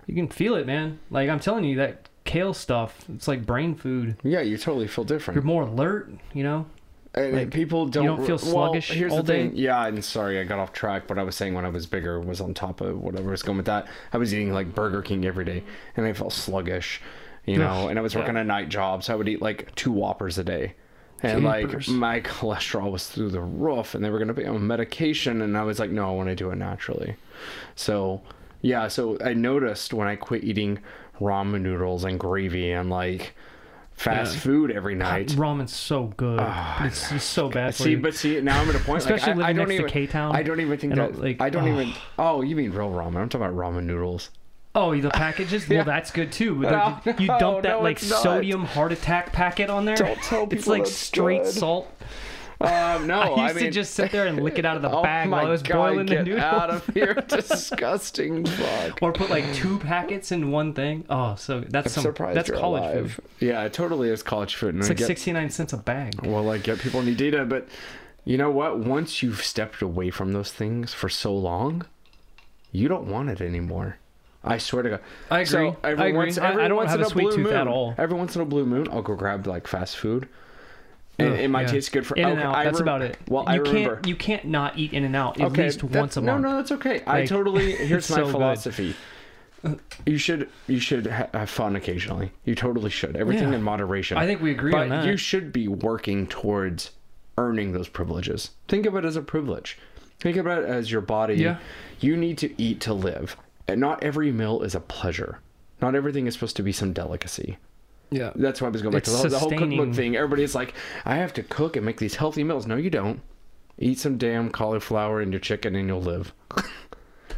[SPEAKER 2] You can feel it, man. Like, I'm telling you, that kale stuff, it's like brain food.
[SPEAKER 3] Yeah, you totally feel different.
[SPEAKER 2] You're more alert, you know?
[SPEAKER 3] And
[SPEAKER 2] Like,
[SPEAKER 3] people don't,
[SPEAKER 2] don't feel
[SPEAKER 3] well,
[SPEAKER 2] sluggish
[SPEAKER 3] here's
[SPEAKER 2] all
[SPEAKER 3] the thing.
[SPEAKER 2] day?
[SPEAKER 3] Yeah, I'm sorry, I got off track. What I was saying when I was bigger was on top of whatever was going with that. I was eating like Burger King every day, and I felt sluggish, you know. And I was working a night job, so I would eat like two Whoppers a day, and
[SPEAKER 2] Jeepers.
[SPEAKER 3] like my cholesterol was through the roof, and they were going to be on medication, and I was like, no, I want to do it naturally. So yeah, so I noticed when I quit eating ramen noodles and gravy and like fast
[SPEAKER 2] Yeah.
[SPEAKER 3] food every night.
[SPEAKER 2] Ramen's so good. it's just so bad for
[SPEAKER 3] Ah, See,
[SPEAKER 2] you.
[SPEAKER 3] but see, now I'm at a point. like,
[SPEAKER 2] Especially
[SPEAKER 3] I, I
[SPEAKER 2] living
[SPEAKER 3] don't
[SPEAKER 2] next to
[SPEAKER 3] even,
[SPEAKER 2] K-Town.
[SPEAKER 3] I don't even think
[SPEAKER 2] I
[SPEAKER 3] that.
[SPEAKER 2] don't, like,
[SPEAKER 3] I don't
[SPEAKER 2] ugh.
[SPEAKER 3] even. Oh, you mean real ramen? I'm talking about ramen noodles.
[SPEAKER 2] Oh, the packages?
[SPEAKER 3] Yeah.
[SPEAKER 2] Well, that's good too.
[SPEAKER 3] No,
[SPEAKER 2] Like, you
[SPEAKER 3] no,
[SPEAKER 2] dump that
[SPEAKER 3] no,
[SPEAKER 2] like
[SPEAKER 3] it's not.
[SPEAKER 2] sodium heart attack packet on there.
[SPEAKER 3] Don't tell
[SPEAKER 2] It's
[SPEAKER 3] people
[SPEAKER 2] like
[SPEAKER 3] that's
[SPEAKER 2] straight
[SPEAKER 3] good.
[SPEAKER 2] salt.
[SPEAKER 3] Um, no,
[SPEAKER 2] I used
[SPEAKER 3] mean,
[SPEAKER 2] to just sit there and lick it out of the
[SPEAKER 3] oh
[SPEAKER 2] bag
[SPEAKER 3] my
[SPEAKER 2] while I was
[SPEAKER 3] God,
[SPEAKER 2] boiling
[SPEAKER 3] get
[SPEAKER 2] the noodles.
[SPEAKER 3] out of here, disgusting fuck.
[SPEAKER 2] Or put like two packets in one thing. Oh, so that's
[SPEAKER 3] I'm
[SPEAKER 2] some
[SPEAKER 3] surprised
[SPEAKER 2] that's
[SPEAKER 3] you're
[SPEAKER 2] college
[SPEAKER 3] alive.
[SPEAKER 2] food.
[SPEAKER 3] Yeah, it totally is college food.
[SPEAKER 2] It's like sixty nine cents a bag.
[SPEAKER 3] Well, I get people need data, but you know what? Once you've stepped away from those things for so long, you don't want it anymore. I swear to God.
[SPEAKER 2] I agree.
[SPEAKER 3] So every
[SPEAKER 2] I agree.
[SPEAKER 3] once,
[SPEAKER 2] I-
[SPEAKER 3] every
[SPEAKER 2] I don't
[SPEAKER 3] once
[SPEAKER 2] have
[SPEAKER 3] in
[SPEAKER 2] a sweet
[SPEAKER 3] blue
[SPEAKER 2] tooth
[SPEAKER 3] moon,
[SPEAKER 2] at all.
[SPEAKER 3] Every once in a blue moon, I'll go grab like fast food. And
[SPEAKER 2] Ugh,
[SPEAKER 3] it might
[SPEAKER 2] yeah.
[SPEAKER 3] taste good for
[SPEAKER 2] In and
[SPEAKER 3] okay,
[SPEAKER 2] out.
[SPEAKER 3] I
[SPEAKER 2] That's
[SPEAKER 3] rem-
[SPEAKER 2] about it.
[SPEAKER 3] Well,
[SPEAKER 2] you
[SPEAKER 3] I
[SPEAKER 2] can't
[SPEAKER 3] remember.
[SPEAKER 2] you can't not eat in and out at
[SPEAKER 3] okay,
[SPEAKER 2] least
[SPEAKER 3] that-
[SPEAKER 2] once a
[SPEAKER 3] no,
[SPEAKER 2] month.
[SPEAKER 3] No, that's okay. I
[SPEAKER 2] Like,
[SPEAKER 3] totally. Here's
[SPEAKER 2] it's
[SPEAKER 3] my
[SPEAKER 2] so good.
[SPEAKER 3] philosophy. You should you should ha- have fun occasionally. You totally should. Everything
[SPEAKER 2] Yeah.
[SPEAKER 3] in moderation.
[SPEAKER 2] I think we agree
[SPEAKER 3] but
[SPEAKER 2] on that.
[SPEAKER 3] you should be working towards earning those privileges. Think of it as a privilege. Think about it as your body.
[SPEAKER 2] Yeah.
[SPEAKER 3] You need to eat to live. And not every meal is a pleasure. Not everything is supposed to be some delicacy.
[SPEAKER 2] yeah.
[SPEAKER 3] That's why I was going back
[SPEAKER 2] It's
[SPEAKER 3] to the whole, the whole cookbook
[SPEAKER 2] sustaining.
[SPEAKER 3] thing. Everybody's like, I have to cook and make these healthy meals. No, you don't. Eat some damn cauliflower and your chicken and you'll live.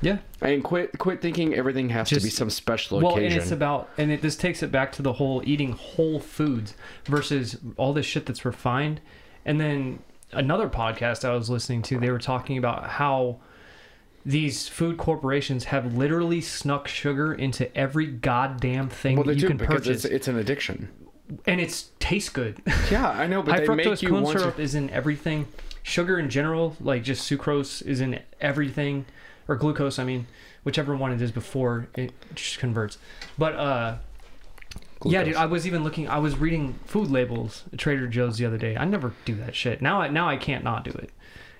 [SPEAKER 2] Yeah.
[SPEAKER 3] And quit quit thinking everything has to
[SPEAKER 2] Just-
[SPEAKER 3] be some special
[SPEAKER 2] well
[SPEAKER 3] occasion.
[SPEAKER 2] and it's about and it, this takes it back to the whole eating whole foods versus all this shit that's refined and then another podcast i was listening to they were talking about how these food corporations have literally snuck sugar into every goddamn thing
[SPEAKER 3] well,
[SPEAKER 2] that
[SPEAKER 3] they
[SPEAKER 2] you
[SPEAKER 3] do
[SPEAKER 2] can
[SPEAKER 3] because it's,
[SPEAKER 2] purchase
[SPEAKER 3] it's an addiction.
[SPEAKER 2] and it's tastes good
[SPEAKER 3] Yeah, I know, but
[SPEAKER 2] high
[SPEAKER 3] they make
[SPEAKER 2] fructose
[SPEAKER 3] you
[SPEAKER 2] corn
[SPEAKER 3] want to
[SPEAKER 2] syrup is in everything sugar in general like just sucrose is in everything or glucose i mean whichever one it is before it just converts but uh
[SPEAKER 3] Glucose.
[SPEAKER 2] Yeah, dude. I was even looking. I was reading food labels at Trader Joe's the other day. I never do that shit. Now, I now I can't not do it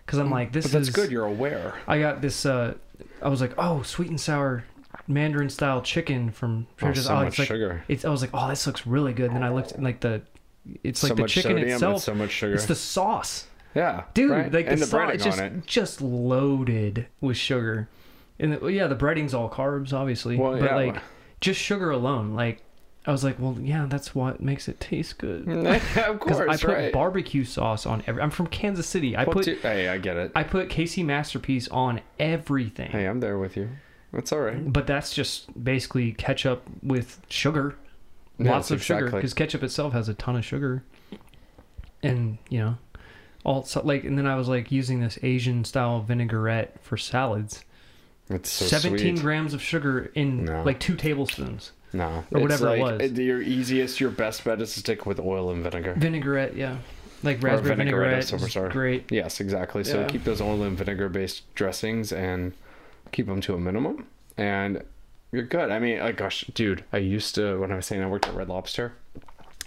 [SPEAKER 2] because I'm like, this
[SPEAKER 3] Mm, but that's
[SPEAKER 2] is
[SPEAKER 3] good. You're aware.
[SPEAKER 2] I got this. uh I was like, oh, sweet and sour Mandarin style chicken from Trader
[SPEAKER 3] Oh,
[SPEAKER 2] Joe's.
[SPEAKER 3] so
[SPEAKER 2] oh,
[SPEAKER 3] much
[SPEAKER 2] it's like,
[SPEAKER 3] sugar. Oh.
[SPEAKER 2] It's, I was like, oh, this looks really good. And then I looked and like the, it's
[SPEAKER 3] so
[SPEAKER 2] like the
[SPEAKER 3] much
[SPEAKER 2] chicken
[SPEAKER 3] sodium and
[SPEAKER 2] itself.
[SPEAKER 3] so much sugar.
[SPEAKER 2] It's the sauce,
[SPEAKER 3] yeah,
[SPEAKER 2] dude.
[SPEAKER 3] right?
[SPEAKER 2] Like the,
[SPEAKER 3] and the
[SPEAKER 2] sauce,
[SPEAKER 3] breading
[SPEAKER 2] it's just
[SPEAKER 3] on it.
[SPEAKER 2] just loaded with sugar, and the, well, yeah, the breading's all carbs, obviously.
[SPEAKER 3] Well,
[SPEAKER 2] but
[SPEAKER 3] yeah.
[SPEAKER 2] like, just sugar alone, like, I was like, well, yeah, that's what makes it taste good.
[SPEAKER 3] Mm, of
[SPEAKER 2] Because
[SPEAKER 3] course,
[SPEAKER 2] I put
[SPEAKER 3] right?
[SPEAKER 2] barbecue sauce on every. I'm from Kansas City. I
[SPEAKER 3] Well,
[SPEAKER 2] put
[SPEAKER 3] dude- hey, I get it.
[SPEAKER 2] I put Casey masterpiece on everything.
[SPEAKER 3] hey, I'm there with you. That's all right.
[SPEAKER 2] But that's just basically ketchup with sugar.
[SPEAKER 3] Yes,
[SPEAKER 2] Lots of sugar. 'Cause sugar
[SPEAKER 3] exactly.
[SPEAKER 2] because ketchup itself has a ton of sugar. And, you know, all so, like and then I was like using this Asian style vinaigrette for salads.
[SPEAKER 3] It's so
[SPEAKER 2] 17
[SPEAKER 3] sweet.
[SPEAKER 2] grams of sugar in
[SPEAKER 3] No.
[SPEAKER 2] like 2 tablespoons.
[SPEAKER 3] no,
[SPEAKER 2] or
[SPEAKER 3] It's
[SPEAKER 2] whatever it
[SPEAKER 3] like,
[SPEAKER 2] was.
[SPEAKER 3] it- Your easiest, your best bet is to stick with oil and vinegar.
[SPEAKER 2] Vinaigrette, yeah. Like raspberry
[SPEAKER 3] vinaigrette, I'm
[SPEAKER 2] vinaigrette.
[SPEAKER 3] so
[SPEAKER 2] is
[SPEAKER 3] sorry.
[SPEAKER 2] great.
[SPEAKER 3] Yes, exactly. So
[SPEAKER 2] Yeah.
[SPEAKER 3] keep those oil and vinegar based dressings and keep them to a minimum, and you're good. I mean, like, gosh, dude, I used to when I was saying I worked at Red Lobster,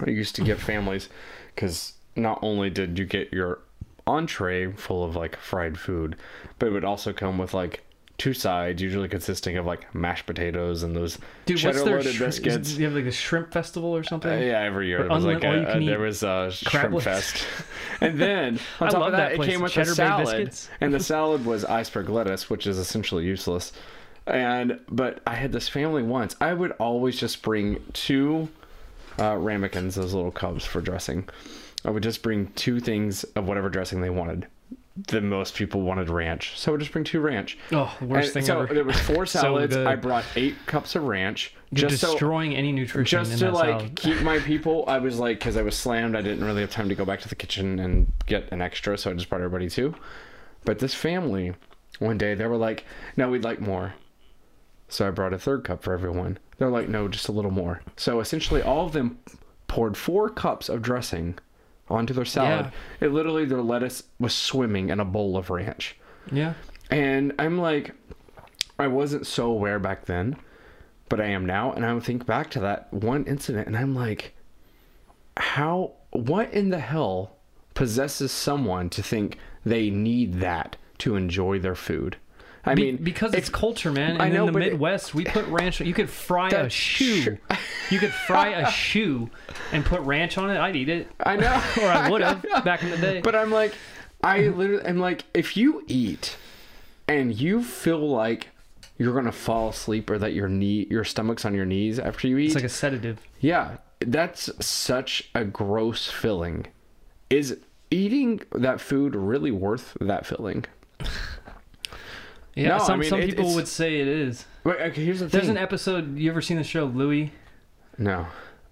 [SPEAKER 3] I used to get families because not only did you get your entree full of like fried food, but it would also come with like two sides, usually consisting of like mashed potatoes and those
[SPEAKER 2] Dude, what's
[SPEAKER 3] cheddar
[SPEAKER 2] their
[SPEAKER 3] loaded
[SPEAKER 2] shri- is-
[SPEAKER 3] biscuits.
[SPEAKER 2] do you have like a shrimp festival or something?
[SPEAKER 3] Uh, yeah, every year
[SPEAKER 2] Or
[SPEAKER 3] it was
[SPEAKER 2] unlimited-
[SPEAKER 3] like
[SPEAKER 2] all you
[SPEAKER 3] a,
[SPEAKER 2] can
[SPEAKER 3] a-
[SPEAKER 2] eat
[SPEAKER 3] there was a shrimp
[SPEAKER 2] crablets.
[SPEAKER 3] fest, and then on
[SPEAKER 2] I
[SPEAKER 3] top
[SPEAKER 2] love
[SPEAKER 3] of that,
[SPEAKER 2] that
[SPEAKER 3] it
[SPEAKER 2] place,
[SPEAKER 3] came
[SPEAKER 2] the
[SPEAKER 3] with a
[SPEAKER 2] Cheddar Bay
[SPEAKER 3] salad,
[SPEAKER 2] biscuits.
[SPEAKER 3] and the salad was iceberg lettuce, which is essentially useless. And but I had this family once. I would always just bring two uh, ramekins, those little cubs for dressing. I would just bring two things of whatever dressing they wanted. The most people wanted ranch, so I would just bring two ranch.
[SPEAKER 2] Oh, the worst
[SPEAKER 3] And
[SPEAKER 2] thing
[SPEAKER 3] so
[SPEAKER 2] ever.
[SPEAKER 3] There was four
[SPEAKER 2] So
[SPEAKER 3] salads.
[SPEAKER 2] good.
[SPEAKER 3] I brought eight cups of ranch,
[SPEAKER 2] You're
[SPEAKER 3] just so
[SPEAKER 2] destroying any nutrition
[SPEAKER 3] just
[SPEAKER 2] in
[SPEAKER 3] to
[SPEAKER 2] that
[SPEAKER 3] like
[SPEAKER 2] salad.
[SPEAKER 3] keep my people i was like because i was slammed i didn't really have time to go back to the kitchen and get an extra so i just brought everybody two but this family one day they were like no we'd like more so i brought a third cup for everyone they're like no just a little more so essentially all of them poured four cups of dressing onto their salad it literally their lettuce was swimming in a bowl of ranch
[SPEAKER 2] Yeah.
[SPEAKER 3] and I'm like, I wasn't so aware back then, but I am now. And I would think back to that one incident and I'm like, how, what in the hell possesses someone to think they need that to enjoy their food? I
[SPEAKER 2] Be-
[SPEAKER 3] mean,
[SPEAKER 2] because it's culture, man. And
[SPEAKER 3] I know,
[SPEAKER 2] in the
[SPEAKER 3] but it-
[SPEAKER 2] Midwest, we put ranch. You could fry a
[SPEAKER 3] That's
[SPEAKER 2] shoe. you could fry a shoe and put ranch on it. I'd eat it,
[SPEAKER 3] I know.
[SPEAKER 2] or I would have back in the day.
[SPEAKER 3] But I'm like, I literally, I'm like, if you eat and you feel like you're gonna fall asleep or that your knee, your stomach's on your knees after you eat,
[SPEAKER 2] it's like a sedative.
[SPEAKER 3] Yeah, that's such a gross filling. Is eating that food really worth that filling?
[SPEAKER 2] Yeah.
[SPEAKER 3] No, I
[SPEAKER 2] some
[SPEAKER 3] mean,
[SPEAKER 2] some
[SPEAKER 3] it-
[SPEAKER 2] people
[SPEAKER 3] it's-
[SPEAKER 2] would say it is.
[SPEAKER 3] Wait, okay, here's the
[SPEAKER 2] There's
[SPEAKER 3] thing.
[SPEAKER 2] an episode. You ever seen the show Louis?
[SPEAKER 3] no.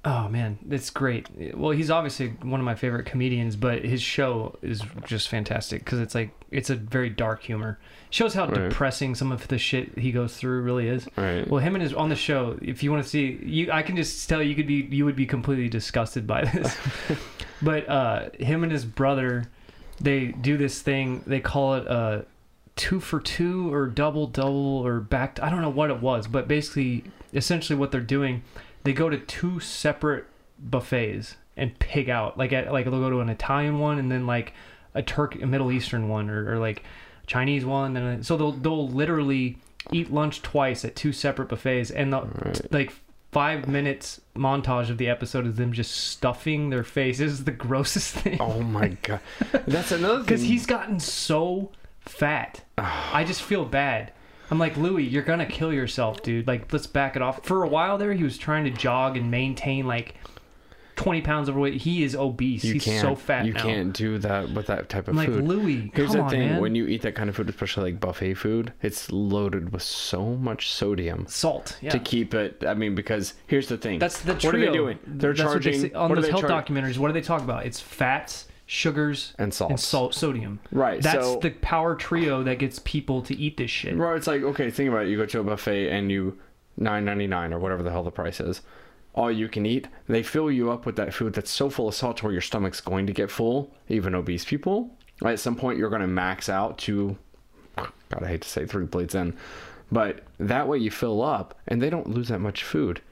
[SPEAKER 2] Oh man, it's great. Well, he's obviously one of my favorite comedians, but his show is just fantastic because it's like it's a very dark humor. Shows how
[SPEAKER 3] Right.
[SPEAKER 2] depressing some of the shit he goes through really is.
[SPEAKER 3] Right.
[SPEAKER 2] Well, him and his on the show. If you want to see, you I can just tell you could be you would be completely disgusted by this. but uh, him and his brother, they do this thing. They call it a two for two or double double or back. I don't know what it was, but basically, essentially, what they're doing, they go to two separate buffets and pig out. Like at like they'll go to an Italian one and then like a Turk, a Middle Eastern one, or, or like Chinese one. Then so they'll they'll literally eat lunch twice at two separate buffets, and the like five minutes montage of the episode is them just stuffing their faces. The grossest thing
[SPEAKER 3] oh my god, that's another thing.
[SPEAKER 2] because he's gotten so fat. I just feel bad. I'm like Louis, you're gonna kill yourself, dude. Like, let's back it off. For a while there, he was trying to jog and maintain like 20 pounds overweight. He is obese.
[SPEAKER 3] you
[SPEAKER 2] he's
[SPEAKER 3] can't,
[SPEAKER 2] so fat
[SPEAKER 3] You
[SPEAKER 2] now.
[SPEAKER 3] can't do that with that type of
[SPEAKER 2] I'm like
[SPEAKER 3] food.
[SPEAKER 2] Louis,
[SPEAKER 3] Here's
[SPEAKER 2] come
[SPEAKER 3] the
[SPEAKER 2] on,
[SPEAKER 3] thing:
[SPEAKER 2] man.
[SPEAKER 3] when you eat that kind of food, especially like buffet food, it's loaded with so much sodium.
[SPEAKER 2] Salt. Yeah.
[SPEAKER 3] To keep it, I mean, because here's the thing.
[SPEAKER 2] That's the trio.
[SPEAKER 3] What are they doing? They're
[SPEAKER 2] That's what they
[SPEAKER 3] charging
[SPEAKER 2] say- on
[SPEAKER 3] what are
[SPEAKER 2] those
[SPEAKER 3] they
[SPEAKER 2] health
[SPEAKER 3] charging?
[SPEAKER 2] documentaries. What do they talk about? It's fats, sugars,
[SPEAKER 3] And
[SPEAKER 2] and
[SPEAKER 3] salts.
[SPEAKER 2] salt, sodium.
[SPEAKER 3] Right,
[SPEAKER 2] That's
[SPEAKER 3] so-
[SPEAKER 2] the power trio that gets people to eat this shit.
[SPEAKER 3] Well, it's like okay, think about it. You go to a buffet and you nine ninety nine or whatever the hell the price is. All you can eat. They fill you up with that food that's so full of salt to where your stomach's going to get full. Even obese people, at some point, you're going to max out to. God, I hate to say three plates in, but that way you fill up and they don't lose that much food.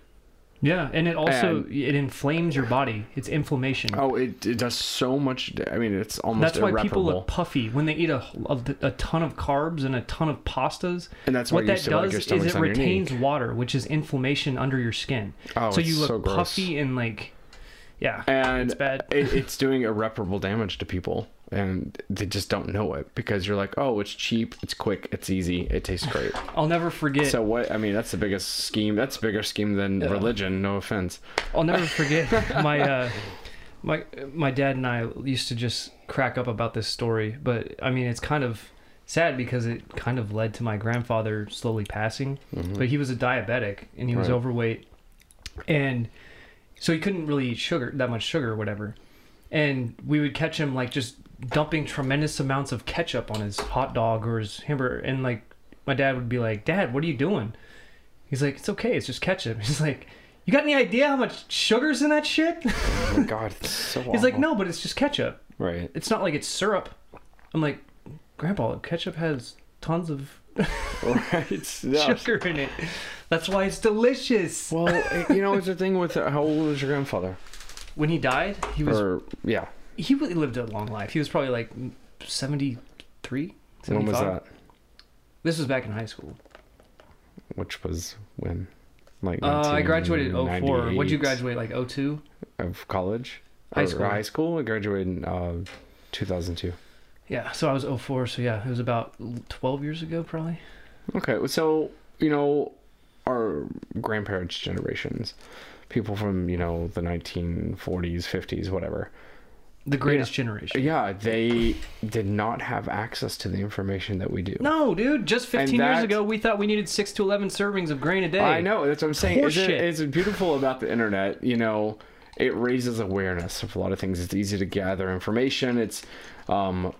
[SPEAKER 2] Yeah, and it also
[SPEAKER 3] And-
[SPEAKER 2] it inflames your body. It's inflammation.
[SPEAKER 3] Oh, it, it does so much. da- I mean, it's almost
[SPEAKER 2] That's why people
[SPEAKER 3] irreparable.
[SPEAKER 2] look puffy when they eat a, a, a ton of carbs and a ton of pastas.
[SPEAKER 3] And that's
[SPEAKER 2] what
[SPEAKER 3] why you
[SPEAKER 2] that
[SPEAKER 3] used to, like,
[SPEAKER 2] does
[SPEAKER 3] your
[SPEAKER 2] is
[SPEAKER 3] stomach's
[SPEAKER 2] it
[SPEAKER 3] on your knee.
[SPEAKER 2] retains water, which is inflammation under your skin.
[SPEAKER 3] Oh,
[SPEAKER 2] so
[SPEAKER 3] it's
[SPEAKER 2] you look
[SPEAKER 3] so gross.
[SPEAKER 2] puffy and like, yeah,
[SPEAKER 3] and
[SPEAKER 2] it's bad.
[SPEAKER 3] it, it's doing irreparable damage to people, and they just don't know it because you're like, oh, it's cheap, it's quick, it's easy, it tastes great.
[SPEAKER 2] I'll never forget.
[SPEAKER 3] so what? I mean, that's the biggest scheme. That's a bigger scheme than religion. No offense.
[SPEAKER 2] I'll never forget my uh, my my dad and I used to just crack up about this story, but I mean it's kind of sad because it kind of led to my grandfather slowly passing. But he was a diabetic and he was
[SPEAKER 3] Right.
[SPEAKER 2] overweight, and so he couldn't really eat sugar that much sugar or whatever. And we would catch him like just dumping tremendous amounts of ketchup on his hot dog or his hamburger, and like my dad would be like, "Dad, what are you doing?" He's like, it's okay, it's just ketchup. He's like, you got any idea how much sugar's in that shit?
[SPEAKER 3] Oh my god, it's so.
[SPEAKER 2] He's like, no, but it's just ketchup.
[SPEAKER 3] Right.
[SPEAKER 2] It's not like it's syrup. I'm like, Grandpa, ketchup has tons of
[SPEAKER 3] Right. Yeah.
[SPEAKER 2] sugar in it. That's why it's delicious.
[SPEAKER 3] Well, it- you know, it's the thing with uh, how old was your grandfather?
[SPEAKER 2] When he died, he was
[SPEAKER 3] Or yeah,
[SPEAKER 2] he really lived a long life. He was probably like 73, 75.
[SPEAKER 3] when was that?
[SPEAKER 2] This was back in high school.
[SPEAKER 3] Which was when? Like
[SPEAKER 2] Uh, I graduated 04. What'd you
[SPEAKER 3] 1998?
[SPEAKER 2] graduate like 02?
[SPEAKER 3] of college,
[SPEAKER 2] High
[SPEAKER 3] Or
[SPEAKER 2] school.
[SPEAKER 3] High school. I graduated in uh, 2002.
[SPEAKER 2] Yeah, so I was 04, so yeah, it was about 12 years ago probably.
[SPEAKER 3] Okay, so you know our grandparents' generations, people from you know the 1940s, 50s, whatever.
[SPEAKER 2] The greatest generation.
[SPEAKER 3] Yeah, they did not have access to the information that we do.
[SPEAKER 2] No, dude. Just 15
[SPEAKER 3] And
[SPEAKER 2] years
[SPEAKER 3] that-
[SPEAKER 2] ago, we thought we needed six to 11 servings of grain a day.
[SPEAKER 3] I know that's what I'm saying. Is it,
[SPEAKER 2] Horseshit.
[SPEAKER 3] is it beautiful about the internet? You know, it raises awareness of a lot of things. It's easy to gather information. It's um,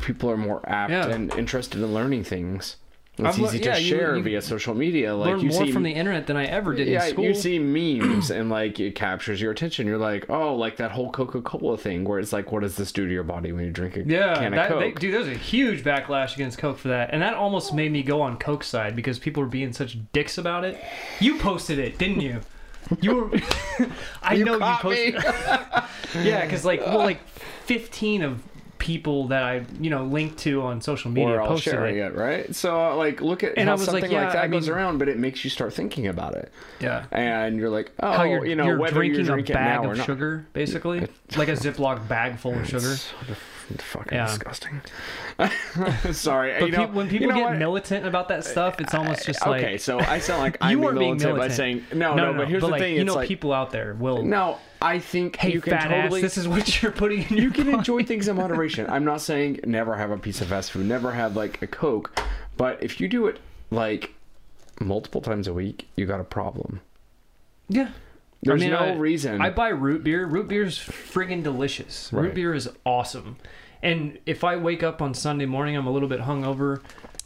[SPEAKER 3] people are more apt
[SPEAKER 2] Yeah.
[SPEAKER 3] and interested in learning things. It's
[SPEAKER 2] I've le-
[SPEAKER 3] easy to
[SPEAKER 2] yeah, you-
[SPEAKER 3] share
[SPEAKER 2] you
[SPEAKER 3] via social media. Like
[SPEAKER 2] Learn
[SPEAKER 3] you
[SPEAKER 2] more
[SPEAKER 3] see,
[SPEAKER 2] from the internet than I ever did
[SPEAKER 3] yeah,
[SPEAKER 2] in school.
[SPEAKER 3] you see memes and like it captures your attention. You're like, oh, like that whole Coca Cola thing where it's like, what does this do to your body when you drink a
[SPEAKER 2] yeah,
[SPEAKER 3] can of
[SPEAKER 2] that,
[SPEAKER 3] Coke?
[SPEAKER 2] they, dude, there's a huge backlash against Coke for that, and that almost made me go on Coke's side because people were being such dicks about it. You posted it, didn't you? You were. I know you
[SPEAKER 3] caught me.
[SPEAKER 2] posted. yeah, because like well, like 15 of people that I you know linked to on social media
[SPEAKER 3] we're all
[SPEAKER 2] posted
[SPEAKER 3] sharing
[SPEAKER 2] it.
[SPEAKER 3] it, right? So like, look at
[SPEAKER 2] And I
[SPEAKER 3] how
[SPEAKER 2] was like,
[SPEAKER 3] something like,
[SPEAKER 2] yeah,
[SPEAKER 3] that
[SPEAKER 2] I
[SPEAKER 3] goes
[SPEAKER 2] mean-
[SPEAKER 3] around, but it makes you start thinking about it,
[SPEAKER 2] Yeah.
[SPEAKER 3] and you're like, oh,
[SPEAKER 2] How you're,
[SPEAKER 3] you know,
[SPEAKER 2] you're
[SPEAKER 3] whether
[SPEAKER 2] drinking
[SPEAKER 3] you drink
[SPEAKER 2] a
[SPEAKER 3] it now
[SPEAKER 2] bag
[SPEAKER 3] or
[SPEAKER 2] of
[SPEAKER 3] not.
[SPEAKER 2] sugar, basically, like a Ziploc bag full of sugar.
[SPEAKER 3] It's sort of fucking
[SPEAKER 2] Yeah.
[SPEAKER 3] disgusting. Sorry,
[SPEAKER 2] But
[SPEAKER 3] you know,
[SPEAKER 2] peop- when
[SPEAKER 3] you
[SPEAKER 2] people
[SPEAKER 3] know
[SPEAKER 2] get
[SPEAKER 3] what? Uh,
[SPEAKER 2] militant about that stuff, it's almost just like
[SPEAKER 3] okay, so I sound like I'm
[SPEAKER 2] you
[SPEAKER 3] being
[SPEAKER 2] are being
[SPEAKER 3] militant,
[SPEAKER 2] militant
[SPEAKER 3] by saying no, no, but here's the
[SPEAKER 2] like,
[SPEAKER 3] thing:
[SPEAKER 2] you
[SPEAKER 3] it's
[SPEAKER 2] know,
[SPEAKER 3] like
[SPEAKER 2] people out there will.
[SPEAKER 3] no, I think
[SPEAKER 2] hey,
[SPEAKER 3] you can
[SPEAKER 2] fat
[SPEAKER 3] totally.
[SPEAKER 2] ass, this is what you're putting in your.
[SPEAKER 3] you can enjoy things in moderation. I'm not saying never have a piece of fast food, never have like a Coke, but if you do it like multiple times a week, you got a problem.
[SPEAKER 2] yeah.
[SPEAKER 3] There's
[SPEAKER 2] I mean,
[SPEAKER 3] no
[SPEAKER 2] I-
[SPEAKER 3] reason.
[SPEAKER 2] I buy root beer. Root beer's friggin' delicious. Root
[SPEAKER 3] Right.
[SPEAKER 2] beer is awesome. And if I wake up on Sunday morning, I'm a little bit hungover.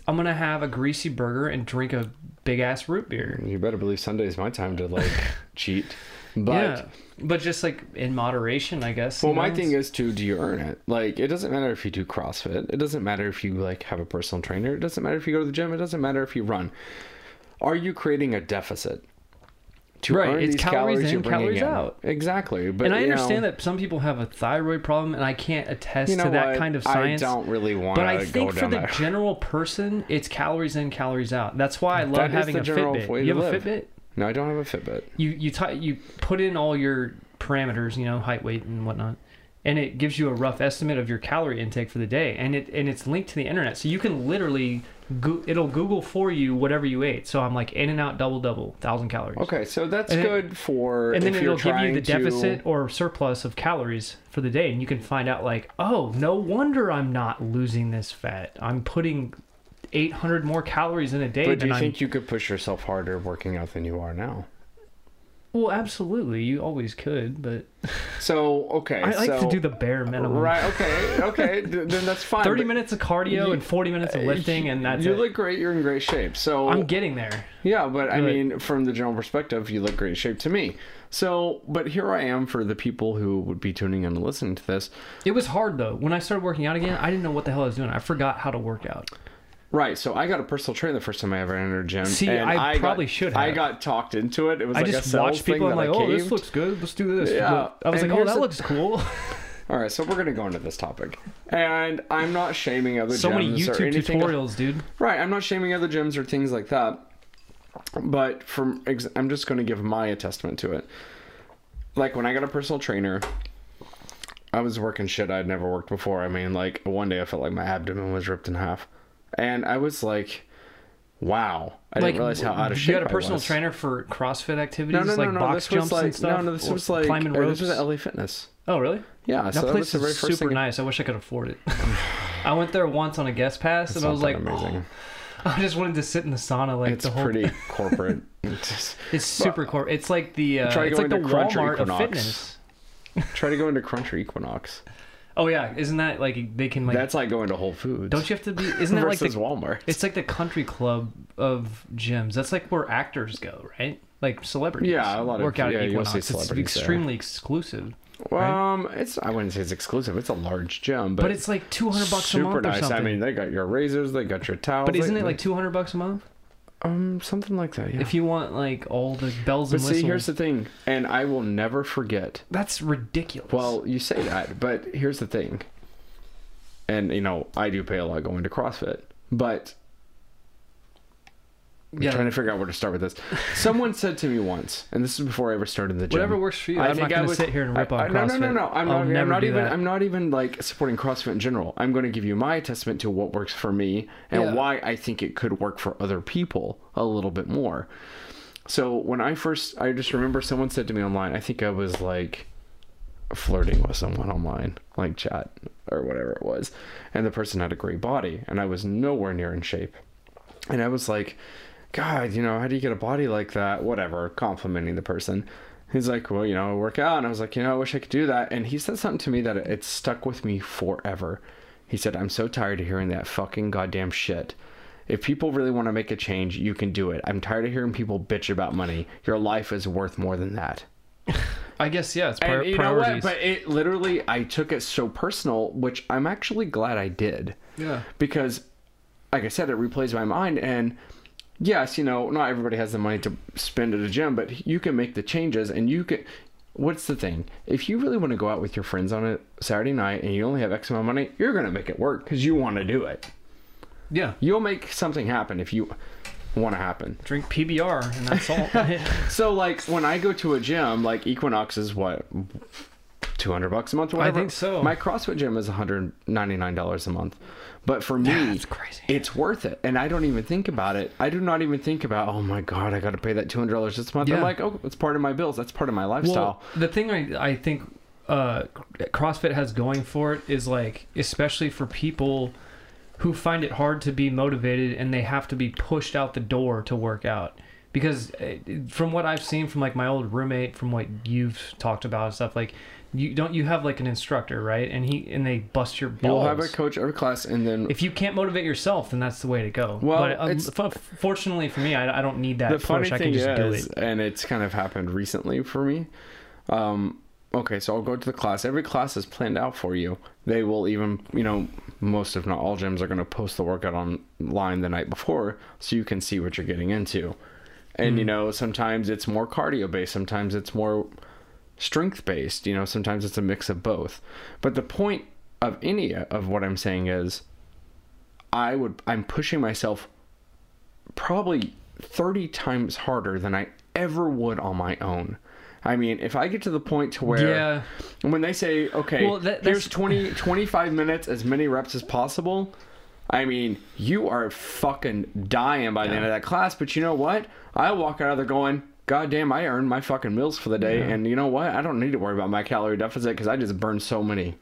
[SPEAKER 2] I'm gonna have a greasy burger and drink a big ass root beer.
[SPEAKER 3] you better believe Sunday is my time to like cheat. But
[SPEAKER 2] yeah, but just like in moderation, I guess.
[SPEAKER 3] well,
[SPEAKER 2] you
[SPEAKER 3] my
[SPEAKER 2] know?
[SPEAKER 3] thing is too. Do you earn it? Like, it doesn't matter if you do CrossFit. It doesn't matter if you like have a personal trainer. It doesn't matter if you go to the gym. It doesn't matter if you run. Are you creating a deficit? To
[SPEAKER 2] Right,
[SPEAKER 3] earn
[SPEAKER 2] it's
[SPEAKER 3] these
[SPEAKER 2] calories in,
[SPEAKER 3] you're bringing
[SPEAKER 2] calories
[SPEAKER 3] in.
[SPEAKER 2] out.
[SPEAKER 3] Exactly. But
[SPEAKER 2] and I
[SPEAKER 3] you know-
[SPEAKER 2] understand that some people have a thyroid problem, and I can't attest
[SPEAKER 3] you know
[SPEAKER 2] to that
[SPEAKER 3] what?
[SPEAKER 2] kind of science.
[SPEAKER 3] I don't really want.
[SPEAKER 2] But I think
[SPEAKER 3] go
[SPEAKER 2] for
[SPEAKER 3] down
[SPEAKER 2] the
[SPEAKER 3] that-
[SPEAKER 2] general person, it's calories in, calories out. That's why I love
[SPEAKER 3] That is
[SPEAKER 2] having
[SPEAKER 3] the
[SPEAKER 2] a
[SPEAKER 3] general way
[SPEAKER 2] Fitbit. You
[SPEAKER 3] to
[SPEAKER 2] have
[SPEAKER 3] live.
[SPEAKER 2] a Fitbit.
[SPEAKER 3] No, I don't have a Fitbit.
[SPEAKER 2] You you t- you put in all your parameters, you know, height, weight, and whatnot, and it gives you a rough estimate of your calorie intake for the day. And it and it's linked to the internet, so you can literally go- it'll Google for you whatever you ate. So I'm like in and out double double thousand calories.
[SPEAKER 3] Okay, so that's
[SPEAKER 2] And then-
[SPEAKER 3] good for.
[SPEAKER 2] And then
[SPEAKER 3] if you're
[SPEAKER 2] it'll give you the
[SPEAKER 3] trying to-
[SPEAKER 2] deficit or surplus of calories for the day, and you can find out like, oh, no wonder I'm not losing this fat. I'm putting 800 more calories in a day
[SPEAKER 3] But do
[SPEAKER 2] than
[SPEAKER 3] you
[SPEAKER 2] I'm.
[SPEAKER 3] think you could push yourself harder working out than you are now?
[SPEAKER 2] Well, absolutely, you always could, but
[SPEAKER 3] So okay,
[SPEAKER 2] I like
[SPEAKER 3] so,
[SPEAKER 2] to do the bare minimum.
[SPEAKER 3] right. Okay, okay, th- then that's fine.
[SPEAKER 2] 30
[SPEAKER 3] but
[SPEAKER 2] minutes of cardio
[SPEAKER 3] you-
[SPEAKER 2] and 40 minutes of lifting, and that's
[SPEAKER 3] you
[SPEAKER 2] it.
[SPEAKER 3] look great. You're in great shape. So
[SPEAKER 2] I'm getting there.
[SPEAKER 3] yeah, but I
[SPEAKER 2] Good.
[SPEAKER 3] mean, from the general perspective, you look great shape to me. So, but here I am for the people who would be tuning in and listening to this.
[SPEAKER 2] It was hard though. When I started working out again, I didn't know what the hell I was doing. I forgot how to work out.
[SPEAKER 3] Right, so I got a personal trainer the first time I ever entered a gym.
[SPEAKER 2] See,
[SPEAKER 3] and
[SPEAKER 2] I probably
[SPEAKER 3] got,
[SPEAKER 2] should
[SPEAKER 3] I
[SPEAKER 2] have.
[SPEAKER 3] got talked into it. It was
[SPEAKER 2] I
[SPEAKER 3] like a
[SPEAKER 2] just
[SPEAKER 3] sales
[SPEAKER 2] watched people.
[SPEAKER 3] thing
[SPEAKER 2] I'm like,
[SPEAKER 3] that I
[SPEAKER 2] oh, this
[SPEAKER 3] caved.
[SPEAKER 2] looks good. Let's do this.
[SPEAKER 3] Yeah,
[SPEAKER 2] But I was
[SPEAKER 3] and
[SPEAKER 2] like, oh,
[SPEAKER 3] here's
[SPEAKER 2] that
[SPEAKER 3] the-
[SPEAKER 2] looks cool.
[SPEAKER 3] All right, so we're gonna go into this topic, and I'm not shaming other
[SPEAKER 2] so
[SPEAKER 3] gyms
[SPEAKER 2] many
[SPEAKER 3] or
[SPEAKER 2] YouTube
[SPEAKER 3] anything.
[SPEAKER 2] tutorials, dude.
[SPEAKER 3] Right, I'm not shaming other gyms or things like that, but from ex- I'm just going to give my testament to it. Like when I got a personal trainer, I was working shit I'd never worked before. I mean, like one day I felt like my abdomen was ripped in half, and I was like, "Wow!" I
[SPEAKER 2] like
[SPEAKER 3] didn't realize how out of shape
[SPEAKER 2] you had a
[SPEAKER 3] I
[SPEAKER 2] personal
[SPEAKER 3] was.
[SPEAKER 2] trainer for CrossFit activities,
[SPEAKER 3] No, no, no,
[SPEAKER 2] like
[SPEAKER 3] no.
[SPEAKER 2] box
[SPEAKER 3] this was
[SPEAKER 2] jumps
[SPEAKER 3] like
[SPEAKER 2] and stuff.
[SPEAKER 3] no, no. This
[SPEAKER 2] or
[SPEAKER 3] was like
[SPEAKER 2] climbing
[SPEAKER 3] uh,
[SPEAKER 2] ropes.
[SPEAKER 3] This was at LA Fitness.
[SPEAKER 2] oh, really?
[SPEAKER 3] Yeah,
[SPEAKER 2] That
[SPEAKER 3] so that was
[SPEAKER 2] place
[SPEAKER 3] the very
[SPEAKER 2] is
[SPEAKER 3] first
[SPEAKER 2] super
[SPEAKER 3] thing.
[SPEAKER 2] nice. I wish I could afford it. I went there once on a guest pass,
[SPEAKER 3] It's
[SPEAKER 2] and I
[SPEAKER 3] not
[SPEAKER 2] was
[SPEAKER 3] that
[SPEAKER 2] like,
[SPEAKER 3] amazing.
[SPEAKER 2] I just wanted to sit in the sauna. Like
[SPEAKER 3] it's
[SPEAKER 2] the whole,
[SPEAKER 3] pretty corporate. It's just-
[SPEAKER 2] it's super cool. It's like the uh,
[SPEAKER 3] Try to
[SPEAKER 2] it's
[SPEAKER 3] go
[SPEAKER 2] like the
[SPEAKER 3] into Crunch or
[SPEAKER 2] Walmart of
[SPEAKER 3] Equinox.
[SPEAKER 2] fitness.
[SPEAKER 3] Try to go into Crunch or Equinox.
[SPEAKER 2] Oh yeah, isn't that like they can like?
[SPEAKER 3] That's like going to Whole Foods.
[SPEAKER 2] don't you have to be? Isn't that like
[SPEAKER 3] versus
[SPEAKER 2] the
[SPEAKER 3] Walmart.
[SPEAKER 2] It's like the country club of gyms. That's like where actors go, right? Like celebrities.
[SPEAKER 3] Yeah, a lot of-
[SPEAKER 2] work out
[SPEAKER 3] yeah,
[SPEAKER 2] at
[SPEAKER 3] you'll
[SPEAKER 2] Equinox.
[SPEAKER 3] see
[SPEAKER 2] It's
[SPEAKER 3] celebrities there.
[SPEAKER 2] extremely exclusive,
[SPEAKER 3] um, it's I wouldn't say it's exclusive. It's a large gym, but,
[SPEAKER 2] but, it's like two hundred bucks a
[SPEAKER 3] super
[SPEAKER 2] month
[SPEAKER 3] nice.
[SPEAKER 2] or something.
[SPEAKER 3] I mean, they got your razors, they got your towels.
[SPEAKER 2] but
[SPEAKER 3] they-
[SPEAKER 2] isn't it like
[SPEAKER 3] they-
[SPEAKER 2] two hundred bucks a month
[SPEAKER 3] um something like that? Yeah.
[SPEAKER 2] if you want like all the bells
[SPEAKER 3] but
[SPEAKER 2] and whistles?
[SPEAKER 3] see, here's the thing, and I will never forget.
[SPEAKER 2] That's ridiculous.
[SPEAKER 3] Well, you say that, but here's the thing, and you know I do pay a lot going to CrossFit, but I'm
[SPEAKER 2] yeah,
[SPEAKER 3] trying to figure out where to start with this. Someone said to me once, and this is before I ever started the gym.
[SPEAKER 2] whatever works for you. I am not
[SPEAKER 3] think
[SPEAKER 2] going to
[SPEAKER 3] would-
[SPEAKER 2] sit here and
[SPEAKER 3] I-
[SPEAKER 2] rip
[SPEAKER 3] I-
[SPEAKER 2] on
[SPEAKER 3] no,
[SPEAKER 2] CrossFit.
[SPEAKER 3] No, no, no. I'm
[SPEAKER 2] I'll
[SPEAKER 3] not, I'm
[SPEAKER 2] never
[SPEAKER 3] not
[SPEAKER 2] do
[SPEAKER 3] even.
[SPEAKER 2] that.
[SPEAKER 3] I'm not even like supporting CrossFit in general. I'm going to give you my testament to what works for me and
[SPEAKER 2] Yeah.
[SPEAKER 3] why I think it could work for other people a little bit more. So when I first, I just remember someone said to me online. I think I was like flirting with someone online, like chat or whatever it was, and the person had a great body, and I was nowhere near in shape. And I was like, God, you know, how do you get a body like that? Whatever, complimenting the person. He's like, well, you know, I work out. And I was like, you know, I wish I could do that. And he said something to me that it stuck with me forever. He said, I'm so tired of hearing that fucking goddamn shit. If people really want to make a change, you can do it. I'm tired of hearing people bitch about money. Your life is worth more than that.
[SPEAKER 2] I guess yeah, it's
[SPEAKER 3] And
[SPEAKER 2] pri-
[SPEAKER 3] you know what?
[SPEAKER 2] priorities.
[SPEAKER 3] But it literally, I took it so personal, which I'm actually glad I did
[SPEAKER 2] yeah,
[SPEAKER 3] because like i said it replays my mind and yes you know not everybody has the money to spend at a gym but you can make the changes and you can what's the thing if you really want to go out with your friends on a saturday night and you only have x amount of money you're going to make it work because you want to do it
[SPEAKER 2] yeah.
[SPEAKER 3] you'll make something happen if you want to happen
[SPEAKER 2] Drink PBR and that's all.
[SPEAKER 3] so like when i go to a gym like equinox is what 200 bucks a month or
[SPEAKER 2] I
[SPEAKER 3] whatever
[SPEAKER 2] think so.
[SPEAKER 3] my crossfit gym is $199 a month but for me
[SPEAKER 2] That's crazy.
[SPEAKER 3] it's worth it and i don't even think about it i do not even think about oh my god i gotta pay that $200 this month
[SPEAKER 2] Yeah.
[SPEAKER 3] i'm like oh it's part of my bills that's part of my lifestyle
[SPEAKER 2] Well, the thing I, I think uh, CrossFit has going for it is like, especially for people who find it hard to be motivated and they have to be pushed out the door to work out. Because uh, from what I've seen from like my old roommate, from what you've talked about and stuff, like you don't you have like an instructor, right? And he and they bust your
[SPEAKER 3] you'll
[SPEAKER 2] balls.
[SPEAKER 3] have a coach every class and then
[SPEAKER 2] if you can't motivate yourself, then that's the way to go.
[SPEAKER 3] Well,
[SPEAKER 2] but um,
[SPEAKER 3] it's-
[SPEAKER 2] f- fortunately for me, I, I don't need that
[SPEAKER 3] the
[SPEAKER 2] push.
[SPEAKER 3] funny
[SPEAKER 2] I
[SPEAKER 3] thing
[SPEAKER 2] can just do
[SPEAKER 3] is
[SPEAKER 2] it.
[SPEAKER 3] and it's kind of happened recently for me um, okay so i'll go to the class every class is planned out for you they will even you know most if not all gyms are going to post the workout online the night before so you can see what you're getting into and
[SPEAKER 2] Hmm.
[SPEAKER 3] you know sometimes it's more cardio based sometimes it's more strength based you know sometimes it's a mix of both but the point of any of what i'm saying is i would i'm pushing myself probably 30 times harder than I ever would on my own. I mean, if I get to the point to where
[SPEAKER 2] Yeah.
[SPEAKER 3] when they say, okay,
[SPEAKER 2] Well, that-
[SPEAKER 3] here's
[SPEAKER 2] that's-
[SPEAKER 3] 20, 25 minutes, as many reps as possible, I mean, you are fucking dying by the end of that class. But you know what? I walk out of there going, God damn, I earned my fucking meals for the day. And you know what? I don't need to worry about my calorie deficit because I just burned so many.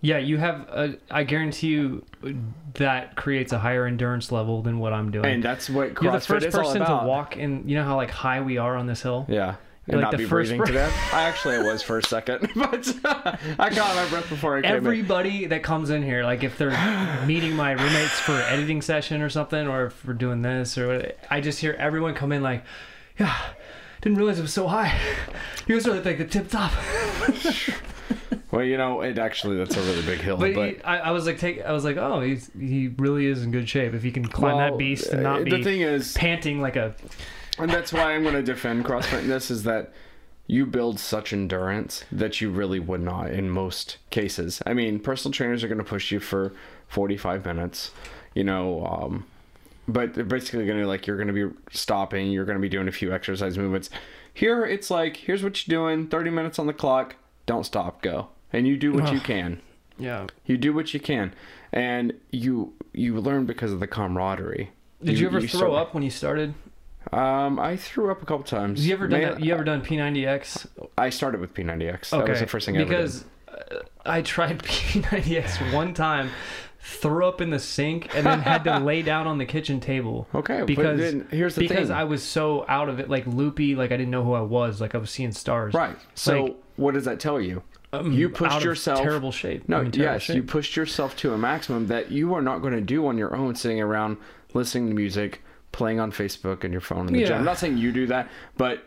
[SPEAKER 2] Yeah, you have. A, I guarantee you that creates a higher endurance level than what I'm doing.
[SPEAKER 3] And that's what CrossFit
[SPEAKER 2] You're the first
[SPEAKER 3] is all
[SPEAKER 2] person to
[SPEAKER 3] about.
[SPEAKER 2] walk, and you know how like high we are on this hill.
[SPEAKER 3] Yeah. And
[SPEAKER 2] Like
[SPEAKER 3] not
[SPEAKER 2] the
[SPEAKER 3] be
[SPEAKER 2] first
[SPEAKER 3] breathing
[SPEAKER 2] breath.
[SPEAKER 3] to death. I actually I was for a second, but uh, I caught my breath before I came in.
[SPEAKER 2] Everybody that comes in here, like if they're meeting my roommates for editing session or something, or if we're doing this or what, I just hear everyone come in like, yeah, didn't realize it was so high. You guys are like the tip top.
[SPEAKER 3] Well, you know, it actually that's a really big hill,
[SPEAKER 2] But,
[SPEAKER 3] but,
[SPEAKER 2] he, I, I was like, take. I was like, oh, he's he really is in good shape if he can climb
[SPEAKER 3] well,
[SPEAKER 2] that beast
[SPEAKER 3] uh,
[SPEAKER 2] and not
[SPEAKER 3] the
[SPEAKER 2] be
[SPEAKER 3] thing is,
[SPEAKER 2] panting like a.
[SPEAKER 3] and that's why I'm going to defend cross fitness is that you build such endurance that you really would not in most cases. I mean, personal trainers are going to push you for 45 minutes, you know, um, but they're basically going to like you're going to be stopping, you're going to be doing a few exercise movements. Here it's like here's what you're doing, 30 minutes on the clock, don't stop, go. And you do what you can.
[SPEAKER 2] Yeah.
[SPEAKER 3] You do what you can. And you you learn because of the camaraderie.
[SPEAKER 2] Did you, ever throw
[SPEAKER 3] start-
[SPEAKER 2] up when you started?
[SPEAKER 3] um, I threw up a couple times.
[SPEAKER 2] You ever done
[SPEAKER 3] Man,
[SPEAKER 2] that? You ever done P90X?
[SPEAKER 3] I started with P90X. That was the first thing I ever did.
[SPEAKER 2] because uh, I tried P90X one time, threw up in the sink, and then had to lay down on the kitchen table.
[SPEAKER 3] Okay, but
[SPEAKER 2] because
[SPEAKER 3] then here's the
[SPEAKER 2] because
[SPEAKER 3] thing.
[SPEAKER 2] I was so out of it, like loopy, like I didn't know who I was, like I was seeing stars.
[SPEAKER 3] Right. So
[SPEAKER 2] like,
[SPEAKER 3] what does that tell you?
[SPEAKER 2] um,
[SPEAKER 3] you
[SPEAKER 2] out
[SPEAKER 3] pushed
[SPEAKER 2] of
[SPEAKER 3] yourself.
[SPEAKER 2] terrible shape.
[SPEAKER 3] No,
[SPEAKER 2] I'm in terrible
[SPEAKER 3] yes,
[SPEAKER 2] shape.
[SPEAKER 3] you pushed yourself to a maximum that you are not going to do on your own, sitting around listening to music, playing on Facebook and your phone in the gym.
[SPEAKER 2] Yeah.
[SPEAKER 3] I'm not saying you do that, but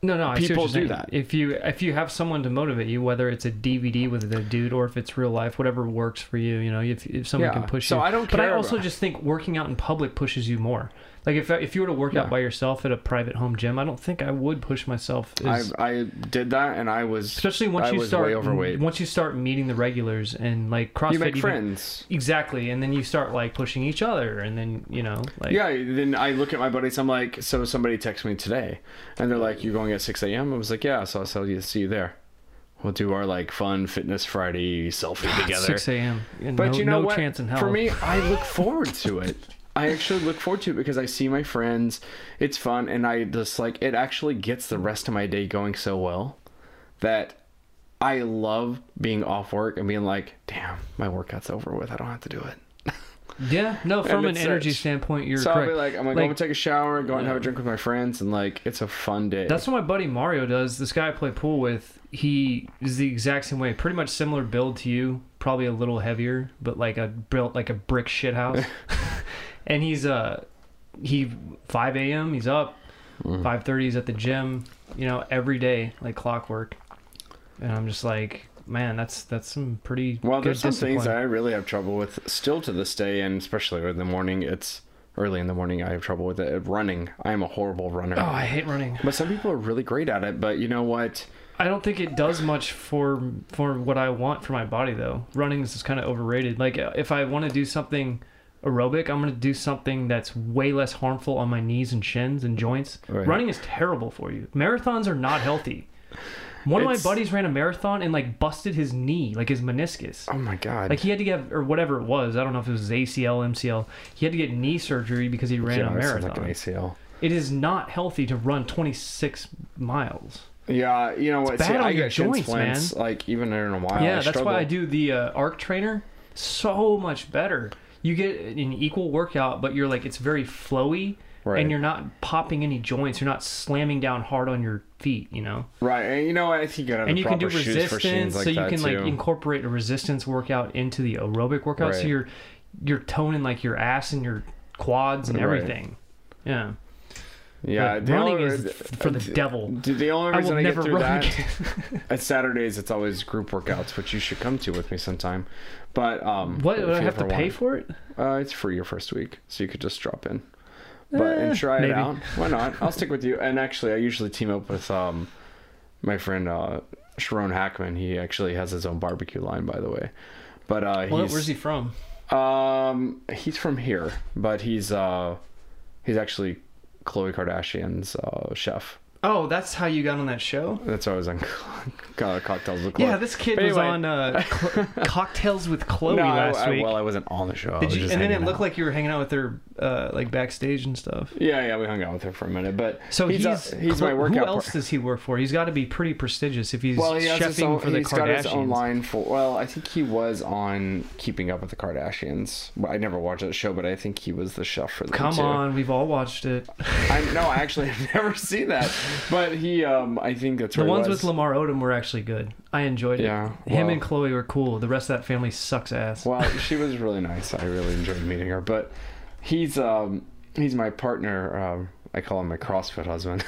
[SPEAKER 2] No, no, I see what
[SPEAKER 3] People
[SPEAKER 2] you're
[SPEAKER 3] do
[SPEAKER 2] saying.
[SPEAKER 3] that.
[SPEAKER 2] If you if you have someone to motivate you, whether it's a DVD with the dude or if it's real life, whatever works for you, you know, if, if someone
[SPEAKER 3] Yeah,
[SPEAKER 2] can push
[SPEAKER 3] so
[SPEAKER 2] you.
[SPEAKER 3] I don't
[SPEAKER 2] But I
[SPEAKER 3] care
[SPEAKER 2] also
[SPEAKER 3] about-
[SPEAKER 2] just think working out in public pushes you more. Like if if you were to work
[SPEAKER 3] Yeah.
[SPEAKER 2] out by yourself at a private home gym, I don't think I would push myself.
[SPEAKER 3] I,
[SPEAKER 2] As,
[SPEAKER 3] I did that and I was
[SPEAKER 2] especially once
[SPEAKER 3] I
[SPEAKER 2] you
[SPEAKER 3] was
[SPEAKER 2] start
[SPEAKER 3] way overweight.
[SPEAKER 2] once you start meeting the regulars and like CrossFit
[SPEAKER 3] you make
[SPEAKER 2] even-
[SPEAKER 3] friends.
[SPEAKER 2] Exactly, and then you start like pushing each other, and then you know, like
[SPEAKER 3] Yeah, then I look at my buddies. I'm like, so somebody texted me today, and they're like, "You're going at 6 a.m." I was like, "Yeah," so I'll tell you, see you there. We'll do our like fun fitness Friday selfie together.
[SPEAKER 2] six a.m. and
[SPEAKER 3] but
[SPEAKER 2] no,
[SPEAKER 3] you know
[SPEAKER 2] no
[SPEAKER 3] what?
[SPEAKER 2] chance in hell.
[SPEAKER 3] For me, I look forward to it. I actually look forward to it because I see my friends. It's fun, and I just like it. Actually, gets the rest of my day going so well that I love being off work and being like, "Damn, my workout's over with. I don't have to do it."
[SPEAKER 2] yeah, no, from an
[SPEAKER 3] it's
[SPEAKER 2] energy
[SPEAKER 3] such-
[SPEAKER 2] standpoint, you're
[SPEAKER 3] so
[SPEAKER 2] correct.
[SPEAKER 3] I'll be like, I'm gonna go and take a shower, go out and have a drink with my friends, and like it's a fun day.
[SPEAKER 2] That's what my buddy Mario does. This guy I play pool with, he is the exact same way. Pretty much similar build to you, probably a little heavier, but like a built like a brick shit house. and he's uh he 5 a.m. He's up,
[SPEAKER 3] Mm.
[SPEAKER 2] 5:30 he's at the gym. You know, every day like clockwork. And I'm just like, man, that's that's some pretty
[SPEAKER 3] well,
[SPEAKER 2] good
[SPEAKER 3] there's some
[SPEAKER 2] discipline.
[SPEAKER 3] things that I really have trouble with still to this day, and especially in the morning. It's early in the morning. I have trouble with it. uh, Running, I am a horrible runner.
[SPEAKER 2] Oh, I hate running.
[SPEAKER 3] But some people are really great at it. But you know what?
[SPEAKER 2] I don't think it does much for for what I want for my body though. Running is just kind of overrated. Like uh, if I want to do something aerobic, I'm going to do something that's way less harmful on my knees and shins and joints.
[SPEAKER 3] Right.
[SPEAKER 2] Running is terrible for you. Marathons are not healthy. One
[SPEAKER 3] It's-
[SPEAKER 2] of my buddies ran a marathon and like busted his knee, like his meniscus.
[SPEAKER 3] Oh my god!
[SPEAKER 2] Like he had to get or whatever it was. I don't know if it was ACL, MCL. He had to get knee surgery because he ran
[SPEAKER 3] yeah,
[SPEAKER 2] a
[SPEAKER 3] that sounds like
[SPEAKER 2] marathon.
[SPEAKER 3] an ACL.
[SPEAKER 2] It is not healthy to run 26 miles.
[SPEAKER 3] Yeah, you know what?
[SPEAKER 2] bad
[SPEAKER 3] See,
[SPEAKER 2] on
[SPEAKER 3] I
[SPEAKER 2] your
[SPEAKER 3] get shin
[SPEAKER 2] joints,
[SPEAKER 3] splints, Like even in a while.
[SPEAKER 2] yeah,
[SPEAKER 3] I
[SPEAKER 2] that's
[SPEAKER 3] struggle.
[SPEAKER 2] why I do the uh, arc trainer so much better. You get an equal workout, but you're like it's very flowy,
[SPEAKER 3] Right.
[SPEAKER 2] and you're not popping any joints. You're not slamming down hard on your feet, you know.
[SPEAKER 3] Right, and you know what? I think you gotta have
[SPEAKER 2] and
[SPEAKER 3] the
[SPEAKER 2] you can do
[SPEAKER 3] proper shoes for
[SPEAKER 2] resistance,
[SPEAKER 3] shins like
[SPEAKER 2] so you
[SPEAKER 3] that,
[SPEAKER 2] can like
[SPEAKER 3] too.
[SPEAKER 2] incorporate a resistance workout into the aerobic workout. So
[SPEAKER 3] Right.
[SPEAKER 2] you're you're toning like your ass and your quads and
[SPEAKER 3] Right.
[SPEAKER 2] everything. Yeah,
[SPEAKER 3] yeah,
[SPEAKER 2] But
[SPEAKER 3] the
[SPEAKER 2] running
[SPEAKER 3] only-
[SPEAKER 2] is f- for the devil.
[SPEAKER 3] Dude, the only
[SPEAKER 2] I will
[SPEAKER 3] reason I,
[SPEAKER 2] never
[SPEAKER 3] get through
[SPEAKER 2] run
[SPEAKER 3] that
[SPEAKER 2] again.
[SPEAKER 3] at Saturdays, it's always group workouts, which you should come to with me sometime. But um,
[SPEAKER 2] What
[SPEAKER 3] if
[SPEAKER 2] would I
[SPEAKER 3] you
[SPEAKER 2] have to
[SPEAKER 3] ever
[SPEAKER 2] pay
[SPEAKER 3] want-
[SPEAKER 2] for it?
[SPEAKER 3] Uh, it's free your first week, so you could just drop in, but and try it
[SPEAKER 2] Eh, maybe.
[SPEAKER 3] out. Why not? I'll stick with you. And actually, I usually team up with um, my friend uh, Sharon Hackman. He actually has his own barbecue line, by the way. But uh,
[SPEAKER 2] Well,
[SPEAKER 3] he's
[SPEAKER 2] where's he from?
[SPEAKER 3] um, he's from here, but he's uh, he's actually Khloe Kardashian's uh, chef.
[SPEAKER 2] Oh, that's how you got on that show.
[SPEAKER 3] That's why I was on Co- cocktails with Khloe.
[SPEAKER 2] Yeah, this kid
[SPEAKER 3] But
[SPEAKER 2] was
[SPEAKER 3] anyway-
[SPEAKER 2] on uh, cl- cocktails with Chloe
[SPEAKER 3] no, I-
[SPEAKER 2] last
[SPEAKER 3] I-
[SPEAKER 2] week.
[SPEAKER 3] well, I wasn't on the show. I
[SPEAKER 2] Did
[SPEAKER 3] was
[SPEAKER 2] you,
[SPEAKER 3] just
[SPEAKER 2] and then it
[SPEAKER 3] hanging
[SPEAKER 2] looked
[SPEAKER 3] out.
[SPEAKER 2] like you were hanging out with her, uh, like backstage and stuff.
[SPEAKER 3] yeah, yeah, we hung out with her for a minute, but
[SPEAKER 2] So he's
[SPEAKER 3] uh, he's my
[SPEAKER 2] Chlo-
[SPEAKER 3] workout.
[SPEAKER 2] Who else does he work for? He's got to be pretty prestigious if he's
[SPEAKER 3] Well, he has his
[SPEAKER 2] chefing
[SPEAKER 3] own,
[SPEAKER 2] for the
[SPEAKER 3] he's
[SPEAKER 2] Kardashians.
[SPEAKER 3] got his own line for. Well, I think he was on Keeping Up with the Kardashians. Well, I never watched that show, but I think he was the chef for the.
[SPEAKER 2] Come
[SPEAKER 3] too.
[SPEAKER 2] on, we've all watched it.
[SPEAKER 3] I, no, I actually have never seen that, but he. Um, I think that's
[SPEAKER 2] The
[SPEAKER 3] where he
[SPEAKER 2] ones
[SPEAKER 3] was.
[SPEAKER 2] with Lamar Odom were actually good. I enjoyed it.
[SPEAKER 3] Yeah,
[SPEAKER 2] Him
[SPEAKER 3] well.
[SPEAKER 2] and Chloe were cool. The rest of that family sucks ass.
[SPEAKER 3] Well, she was really nice. I really enjoyed meeting her. But he's um he's my partner um I call him my CrossFit husband.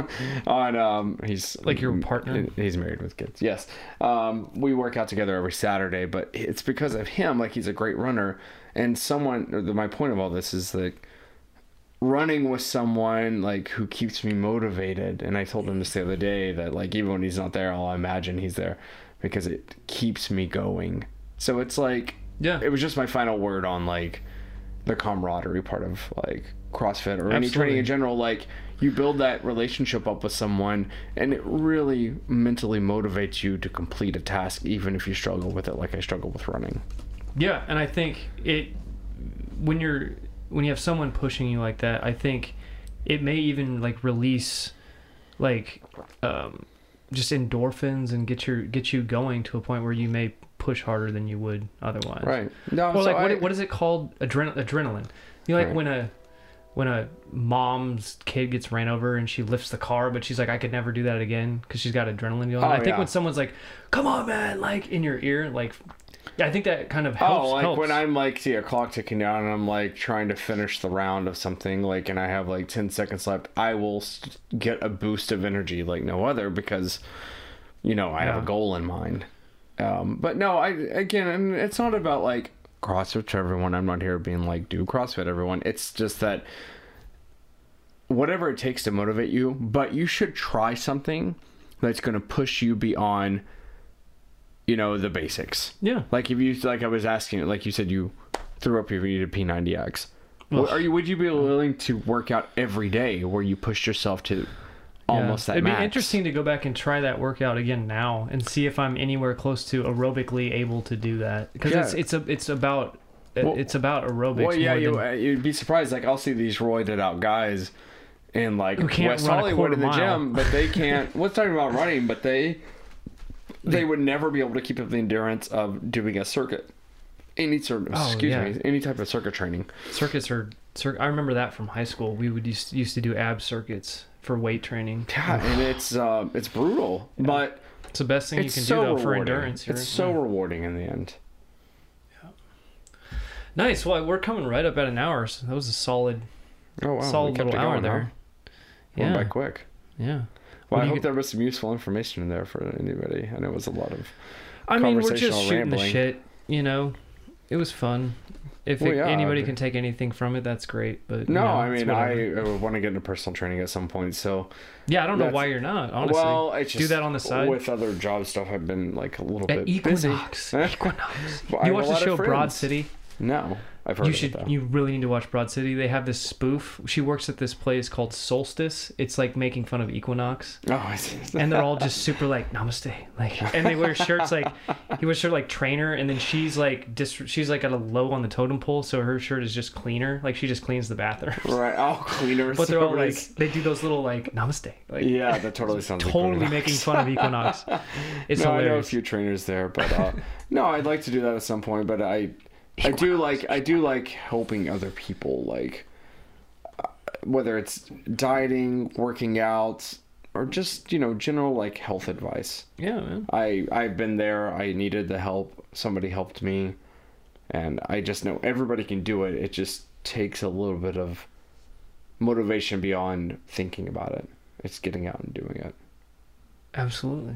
[SPEAKER 3] On um, he's
[SPEAKER 2] Like your partner?
[SPEAKER 3] He's married with kids. Yes, um, we work out together every Saturday, but it's because of him. Like he's a great runner, and someone. or the- My point of all this is that running with someone like who keeps me motivated. And I told him this the other day that like even when he's not there, I'll imagine he's there because it keeps me going. So it's like
[SPEAKER 2] Yeah.
[SPEAKER 3] it was just my final word on like the camaraderie part of like CrossFit or any
[SPEAKER 2] Absolutely.
[SPEAKER 3] training in general. Like you build that relationship up with someone, and it really mentally motivates you to complete a task, even if you struggle with it, like I struggle with running.
[SPEAKER 2] Yeah, and I think it when you're when you have someone pushing you like that, I think it may even like release like um, just endorphins and get your get you going to a point where you may push harder than you would otherwise.
[SPEAKER 3] Right. No.
[SPEAKER 2] Well,
[SPEAKER 3] so
[SPEAKER 2] like what,
[SPEAKER 3] I-
[SPEAKER 2] what is it called? Adren- adrenaline. You know, like
[SPEAKER 3] Right.
[SPEAKER 2] when a when a mom's kid gets ran over and she lifts the car, but she's like, I could never do that again because she's got adrenaline going.
[SPEAKER 3] Oh,
[SPEAKER 2] I think
[SPEAKER 3] yeah.
[SPEAKER 2] when someone's like, "Come on, man!" like in your ear, like I think that kind of helps.
[SPEAKER 3] Oh, like
[SPEAKER 2] helps.
[SPEAKER 3] when I'm like, see a clock ticking down, and I'm like trying to finish the round of something, like, and I have like ten seconds left, I will s get a boost of energy like no other because, you know, I have
[SPEAKER 2] Yeah.
[SPEAKER 3] a goal in mind. Um, but no, I again, and it's not about like CrossFit to everyone. I'm not here being like do CrossFit everyone. It's just that whatever it takes to motivate you, but you should try something that's going to push you beyond, you know, the basics.
[SPEAKER 2] Yeah.
[SPEAKER 3] Like if you like, I was asking, like you said, you threw up if you did P90X.
[SPEAKER 2] Ugh.
[SPEAKER 3] Are you? Would you be willing to work out every day where you push yourself to almost
[SPEAKER 2] Yeah.
[SPEAKER 3] that?
[SPEAKER 2] It'd
[SPEAKER 3] max?
[SPEAKER 2] be interesting to go back and try that workout again now and see if I'm anywhere close to aerobically able to do that because it's
[SPEAKER 3] Yeah.
[SPEAKER 2] it's a, it's about it's about aerobics.
[SPEAKER 3] Well, yeah,
[SPEAKER 2] more
[SPEAKER 3] you,
[SPEAKER 2] than-
[SPEAKER 3] uh, you'd be surprised. Like I'll see these roided out guys in like
[SPEAKER 2] Who can't
[SPEAKER 3] West
[SPEAKER 2] run a
[SPEAKER 3] Hollywood
[SPEAKER 2] quarter
[SPEAKER 3] in the
[SPEAKER 2] mile.
[SPEAKER 3] gym, but they can't. What's talking about running? But they they would never be able to keep up the endurance of doing a circuit. Any sort of
[SPEAKER 2] Oh,
[SPEAKER 3] excuse
[SPEAKER 2] yeah.
[SPEAKER 3] me, any type of circuit training.
[SPEAKER 2] circuits are. Cir- I remember that from high school. We would used used to do ab circuits for weight training.
[SPEAKER 3] Yeah, and it's uh, it's brutal, but
[SPEAKER 2] It's the best thing
[SPEAKER 3] it's
[SPEAKER 2] you can
[SPEAKER 3] so
[SPEAKER 2] do though for
[SPEAKER 3] rewarding.
[SPEAKER 2] endurance. you're-
[SPEAKER 3] It's so
[SPEAKER 2] yeah.
[SPEAKER 3] rewarding in the end.
[SPEAKER 2] nice. Well, we're coming right up at an hour. So that was a solid
[SPEAKER 3] Oh wow,
[SPEAKER 2] solid
[SPEAKER 3] we kept
[SPEAKER 2] little
[SPEAKER 3] it
[SPEAKER 2] hour
[SPEAKER 3] going,
[SPEAKER 2] there.
[SPEAKER 3] Huh? Went
[SPEAKER 2] Yeah.
[SPEAKER 3] by quick.
[SPEAKER 2] Yeah.
[SPEAKER 3] Well,
[SPEAKER 2] What do
[SPEAKER 3] I
[SPEAKER 2] you
[SPEAKER 3] hope
[SPEAKER 2] get-
[SPEAKER 3] there was some useful information in there for anybody, and it was a lot of.
[SPEAKER 2] I mean, we're just
[SPEAKER 3] conversational
[SPEAKER 2] shooting the
[SPEAKER 3] rambling.
[SPEAKER 2] shit. You know, it was fun. If
[SPEAKER 3] Well,
[SPEAKER 2] it-
[SPEAKER 3] yeah,
[SPEAKER 2] anybody
[SPEAKER 3] but-
[SPEAKER 2] can take anything from it, that's great. But you
[SPEAKER 3] No,
[SPEAKER 2] know,
[SPEAKER 3] I
[SPEAKER 2] it's
[SPEAKER 3] mean,
[SPEAKER 2] whatever.
[SPEAKER 3] I, I want to get into personal training at some point. So,
[SPEAKER 2] Yeah, I don't know
[SPEAKER 3] That's-
[SPEAKER 2] why you're not. Honestly,
[SPEAKER 3] well, it's
[SPEAKER 2] Do
[SPEAKER 3] just
[SPEAKER 2] that on the side?
[SPEAKER 3] with other job stuff. I've been like a little
[SPEAKER 2] at
[SPEAKER 3] bit
[SPEAKER 2] Equinox,
[SPEAKER 3] busy.
[SPEAKER 2] Equinox.
[SPEAKER 3] Well, I
[SPEAKER 2] you
[SPEAKER 3] have
[SPEAKER 2] watch
[SPEAKER 3] a
[SPEAKER 2] the
[SPEAKER 3] lot of
[SPEAKER 2] show Broad
[SPEAKER 3] friends.
[SPEAKER 2] City?
[SPEAKER 3] No, I've heard
[SPEAKER 2] You
[SPEAKER 3] of
[SPEAKER 2] should.
[SPEAKER 3] it, though.
[SPEAKER 2] You really need to watch Broad City. They have this spoof. She works at this place called Solstice. It's like making fun of Equinox,
[SPEAKER 3] Oh, I see.
[SPEAKER 2] and they're all just super like Namaste, like, and they wear shirts like he wears shirt like trainer, and then she's like dis- she's like at a low on the totem pole, so her shirt is just cleaner. Like she just cleans the bathroom.
[SPEAKER 3] right. Oh, cleaners.
[SPEAKER 2] But they're all like
[SPEAKER 3] Somebody's-
[SPEAKER 2] they do those little like Namaste, like
[SPEAKER 3] yeah, that totally sounds
[SPEAKER 2] totally
[SPEAKER 3] like
[SPEAKER 2] making fun of Equinox. It's
[SPEAKER 3] no, I know a
[SPEAKER 2] hilarious.
[SPEAKER 3] few trainers there, but uh, no, I'd like to do that at some point. But I, I do like I do like helping other people, like uh, whether it's dieting, working out, or just you know general like health advice.
[SPEAKER 2] Yeah, man.
[SPEAKER 3] I I've been there. I needed the help. Somebody helped me, and I just know everybody can do it. It just takes a little bit of motivation beyond thinking about it. It's getting out and doing it.
[SPEAKER 2] Absolutely.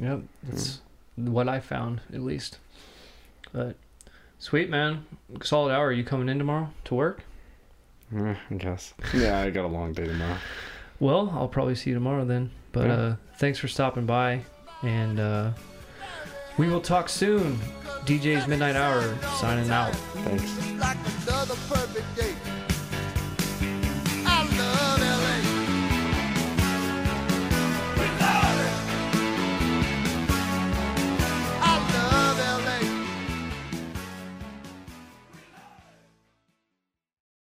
[SPEAKER 2] Yep. That's what I found, at least. But sweet, man. Solid hour. Are you coming in tomorrow to work?
[SPEAKER 3] Eh, I guess. Yeah, I got a long day tomorrow.
[SPEAKER 2] Well, I'll probably see you tomorrow then. But
[SPEAKER 3] Yeah.
[SPEAKER 2] uh, thanks for stopping by. And uh, we will talk soon. DJ's Midnight Hour signing out.
[SPEAKER 3] Thanks.
[SPEAKER 1] Like a dove